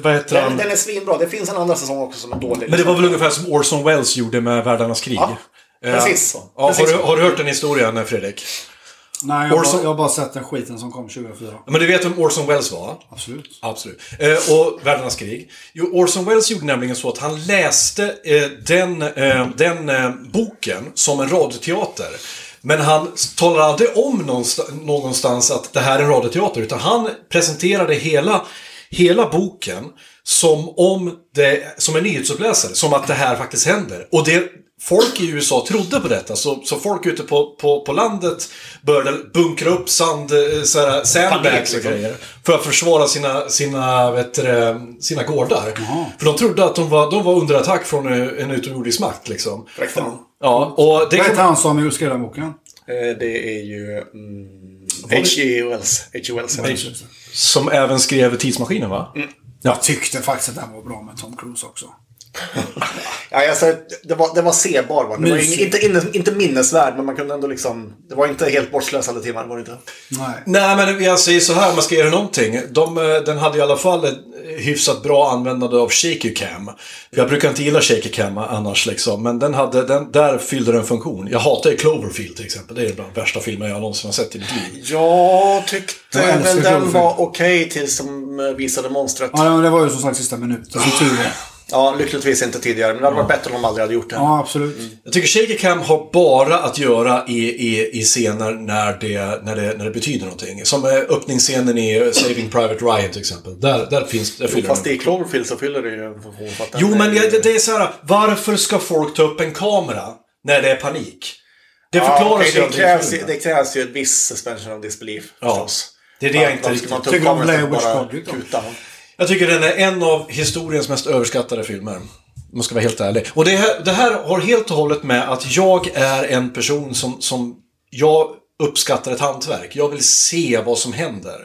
C: vad heter
B: den,
C: han?
B: den är svinbra. Det finns en andra säsong också som är dålig.
C: Men det var väl ungefär som Orson Welles gjorde med Världarnas krig?
B: Ja,
C: Eh,
B: precis så.
C: Ja, har,
B: Precis
C: du,
B: så.
C: har du hört den historien, Fredrik?
A: Nej, jag,
C: Orson-
A: bara, jag har bara sett den skiten som kom 2004.
C: Men du vet vem Orson Welles var?
A: Absolut.
C: Absolut. Eh, och Världarnas krig. Jo, Orson Welles gjorde nämligen så att han läste eh, den, eh, den eh, boken som en radioteater. Men han talade aldrig om någonstans, någonstans att det här är en radioteater, utan han presenterade hela, hela boken som, om det, som en nyhetsuppläsare, som att det här faktiskt händer. Och det, Folk i USA trodde på detta, så, så folk ute på, på, på landet började bunkra upp sand, eh, så här, sandbags och grejer. För att försvara sina, sina, vet du, det, sina gårdar. För de trodde att de var, de var under attack från eh, en utomjordisk makt liksom.
B: Räkta.
C: Ja, och det
A: Vad
C: kan-
A: hette han som skrev den boken?
B: Eh, Det är ju... Mm, H.G. Wells. H.G. Wells.
C: Som även skrev Tidsmaskinen, va?
A: Jag tyckte faktiskt att den var bra med Tom Cruise också.
B: Ja, alltså, det, var, det var sebar. Va? Det var
A: Mysig.
B: ju inte, inte, inte minnesvärd, men man kunde ändå liksom... Det var inte helt bortslösat alla timmar, var det inte?
A: Nej.
C: Nej, men jag säger så här, om man ska ge den någonting. De, eh, den hade i alla fall ett hyfsat bra användande av shaky cam. Jag brukar inte gilla shaky cam annars, liksom, men den hade, den, där fyllde den funktion. Jag hatar ju Cloverfield till exempel. Det är bland de värsta filmer jag någonsin har sett i mitt liv.
B: Jag tyckte
A: Jag älskar
B: väl den
A: Cloverfield.
B: var okej tills de eh, visade monstret.
A: Ja, men det var ju som sagt sista minuten, som tur var.
B: Ja, lyckligtvis inte tidigare, men det hade varit bättre om de aldrig hade gjort det.
A: Ja, absolut.
C: Jag tycker shaky cam har bara att göra i, i, i scener när det, när, det, när det betyder någonting. Som eh, öppningsscenen i eh, Saving Private Ryan till exempel. Där, där finns där fyller
B: Fast
C: den.
B: i Cloverfield så fyller det ju en funktion. för att den
C: Jo,
B: är-
C: men jag- det, det är så här, varför ska folk ta upp en kamera när det är panik? Det
B: Ja,
C: förklaras
B: Ah, okej,
C: ju
B: det, krävs, ju-
C: filmen.
B: det krävs ju en viss suspension of disbelief,
C: Ja.
B: förstås.
C: Det är det jag inte riktigt...
B: riktigt...
A: Tycker om Blair Witch Project då?
C: Jag tycker den är en av historiens mest överskattade filmer. Om man ska vara helt ärlig. Och det här, det här har helt och hållet med att jag är en person som, som jag uppskattar ett hantverk. Jag vill se vad som händer.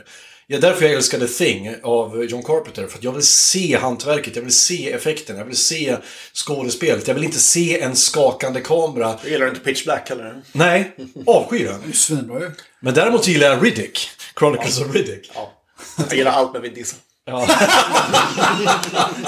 C: Det är därför jag älskar The Thing av John Carpenter. För att jag vill se hantverket, jag vill se effekten, jag vill se skådespelet. Jag vill inte se en skakande kamera.
B: Jag gillar inte Pitch Black heller.
C: Nej, avskyr den.
A: Det är Svinbra ju.
C: Men däremot gillar jag Riddick. Chronicles of Riddick.
B: Ja. Jag gillar allt med Vin Diesel.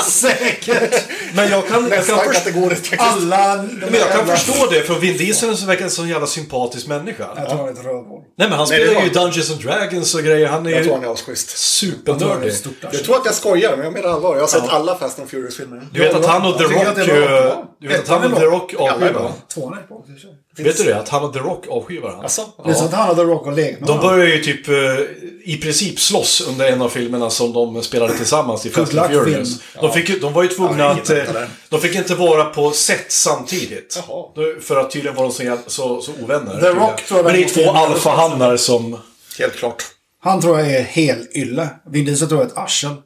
A: Säkert!
C: Men jag kan, jag kan
B: Nästan
C: förstå...
B: kategoriskt
A: Ah,
B: faktiskt.
A: Alla... de
C: Men jag kan
A: jävla-
C: förstå det, för Vin Diesel som verkar en sån jävla sympatisk människa.
A: Jag tror han är ett rövhål.
C: Nej men han
B: Nej, det
C: spelar
B: var-
C: ju Dungeons and Dragons och grejer. Han är
B: Jag tror
C: ju
B: han är asschysst.
A: Han är
C: supernördig.
A: ett stort
B: Jag
A: arsle.
B: tror att jag skojar, men jag menar allvar. Jag har sett alla Fast and Furious-filmer.
C: Du vet att han och The
A: Jag tycker
C: Rock...
A: att det är bra.
C: eh, Du vet att han och The Rock avskyr varandra.
A: Tvåan är på. det kör.
C: Vet du det? Att han och The Rock avskyr varandra.
B: Alltså,
A: Det är så att han och The Rock har lekt med
C: De
A: varandra.
C: börjar ju typ eh, i princip slåss under en av filmerna som de spelade tillsammans i Fast and
A: Luck-film.
C: Furious. De, fick, ju- de var ju tvungna
B: Ja,
C: att... eh,
B: ingen väntar där.
C: De fick inte vara på set samtidigt.
B: Jaha.
C: Då- För att tydligen var de så, jävla- så, så ovänner.
A: The Rock tror jag
C: Men det
A: däremot
C: är två
A: är-
C: alfahannar som...
B: helt klart.
A: Han tror jag är helylle. Vin Diesel tror jag är ett arsel.
C: Nej,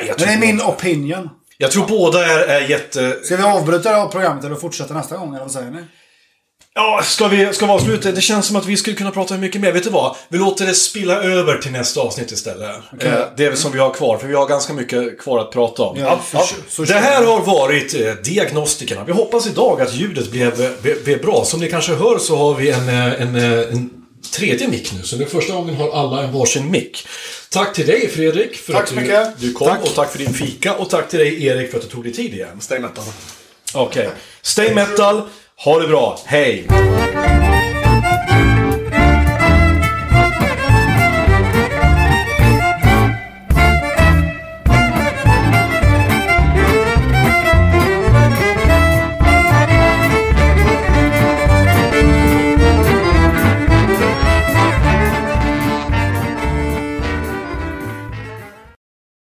C: jag
A: Men
C: tror
A: det är min opinion.
C: Jag tror båda är, är jätte...
A: Ska vi avbryta det här programmet eller fortsätta nästa gång? Eller vad säger ni?
C: Ja, ska vi, ska vi avsluta? Det känns som att vi skulle kunna prata hur mycket mer. Vet du vad? Vi låter det spilla över till nästa avsnitt istället. Eh, det är väl som vi har kvar, för vi har ganska mycket kvar att prata om.
A: Ja, för- så
C: det här har varit eh, diagnostikerna. Vi hoppas idag att ljudet blev, blev, blev bra. Som ni kanske hör så har vi en, eh, en, eh, en tredje mick nu. Så det är första gången har alla en varsin mick. Tack till dig Fredrik för
A: Tack
C: att
A: så
C: du,
A: mycket.
C: du kom och tack för din fika och tack till dig Erik för att du tog dig tid igen.
B: Stay metal.
C: Okej. Stay metal, ha det bra, hej!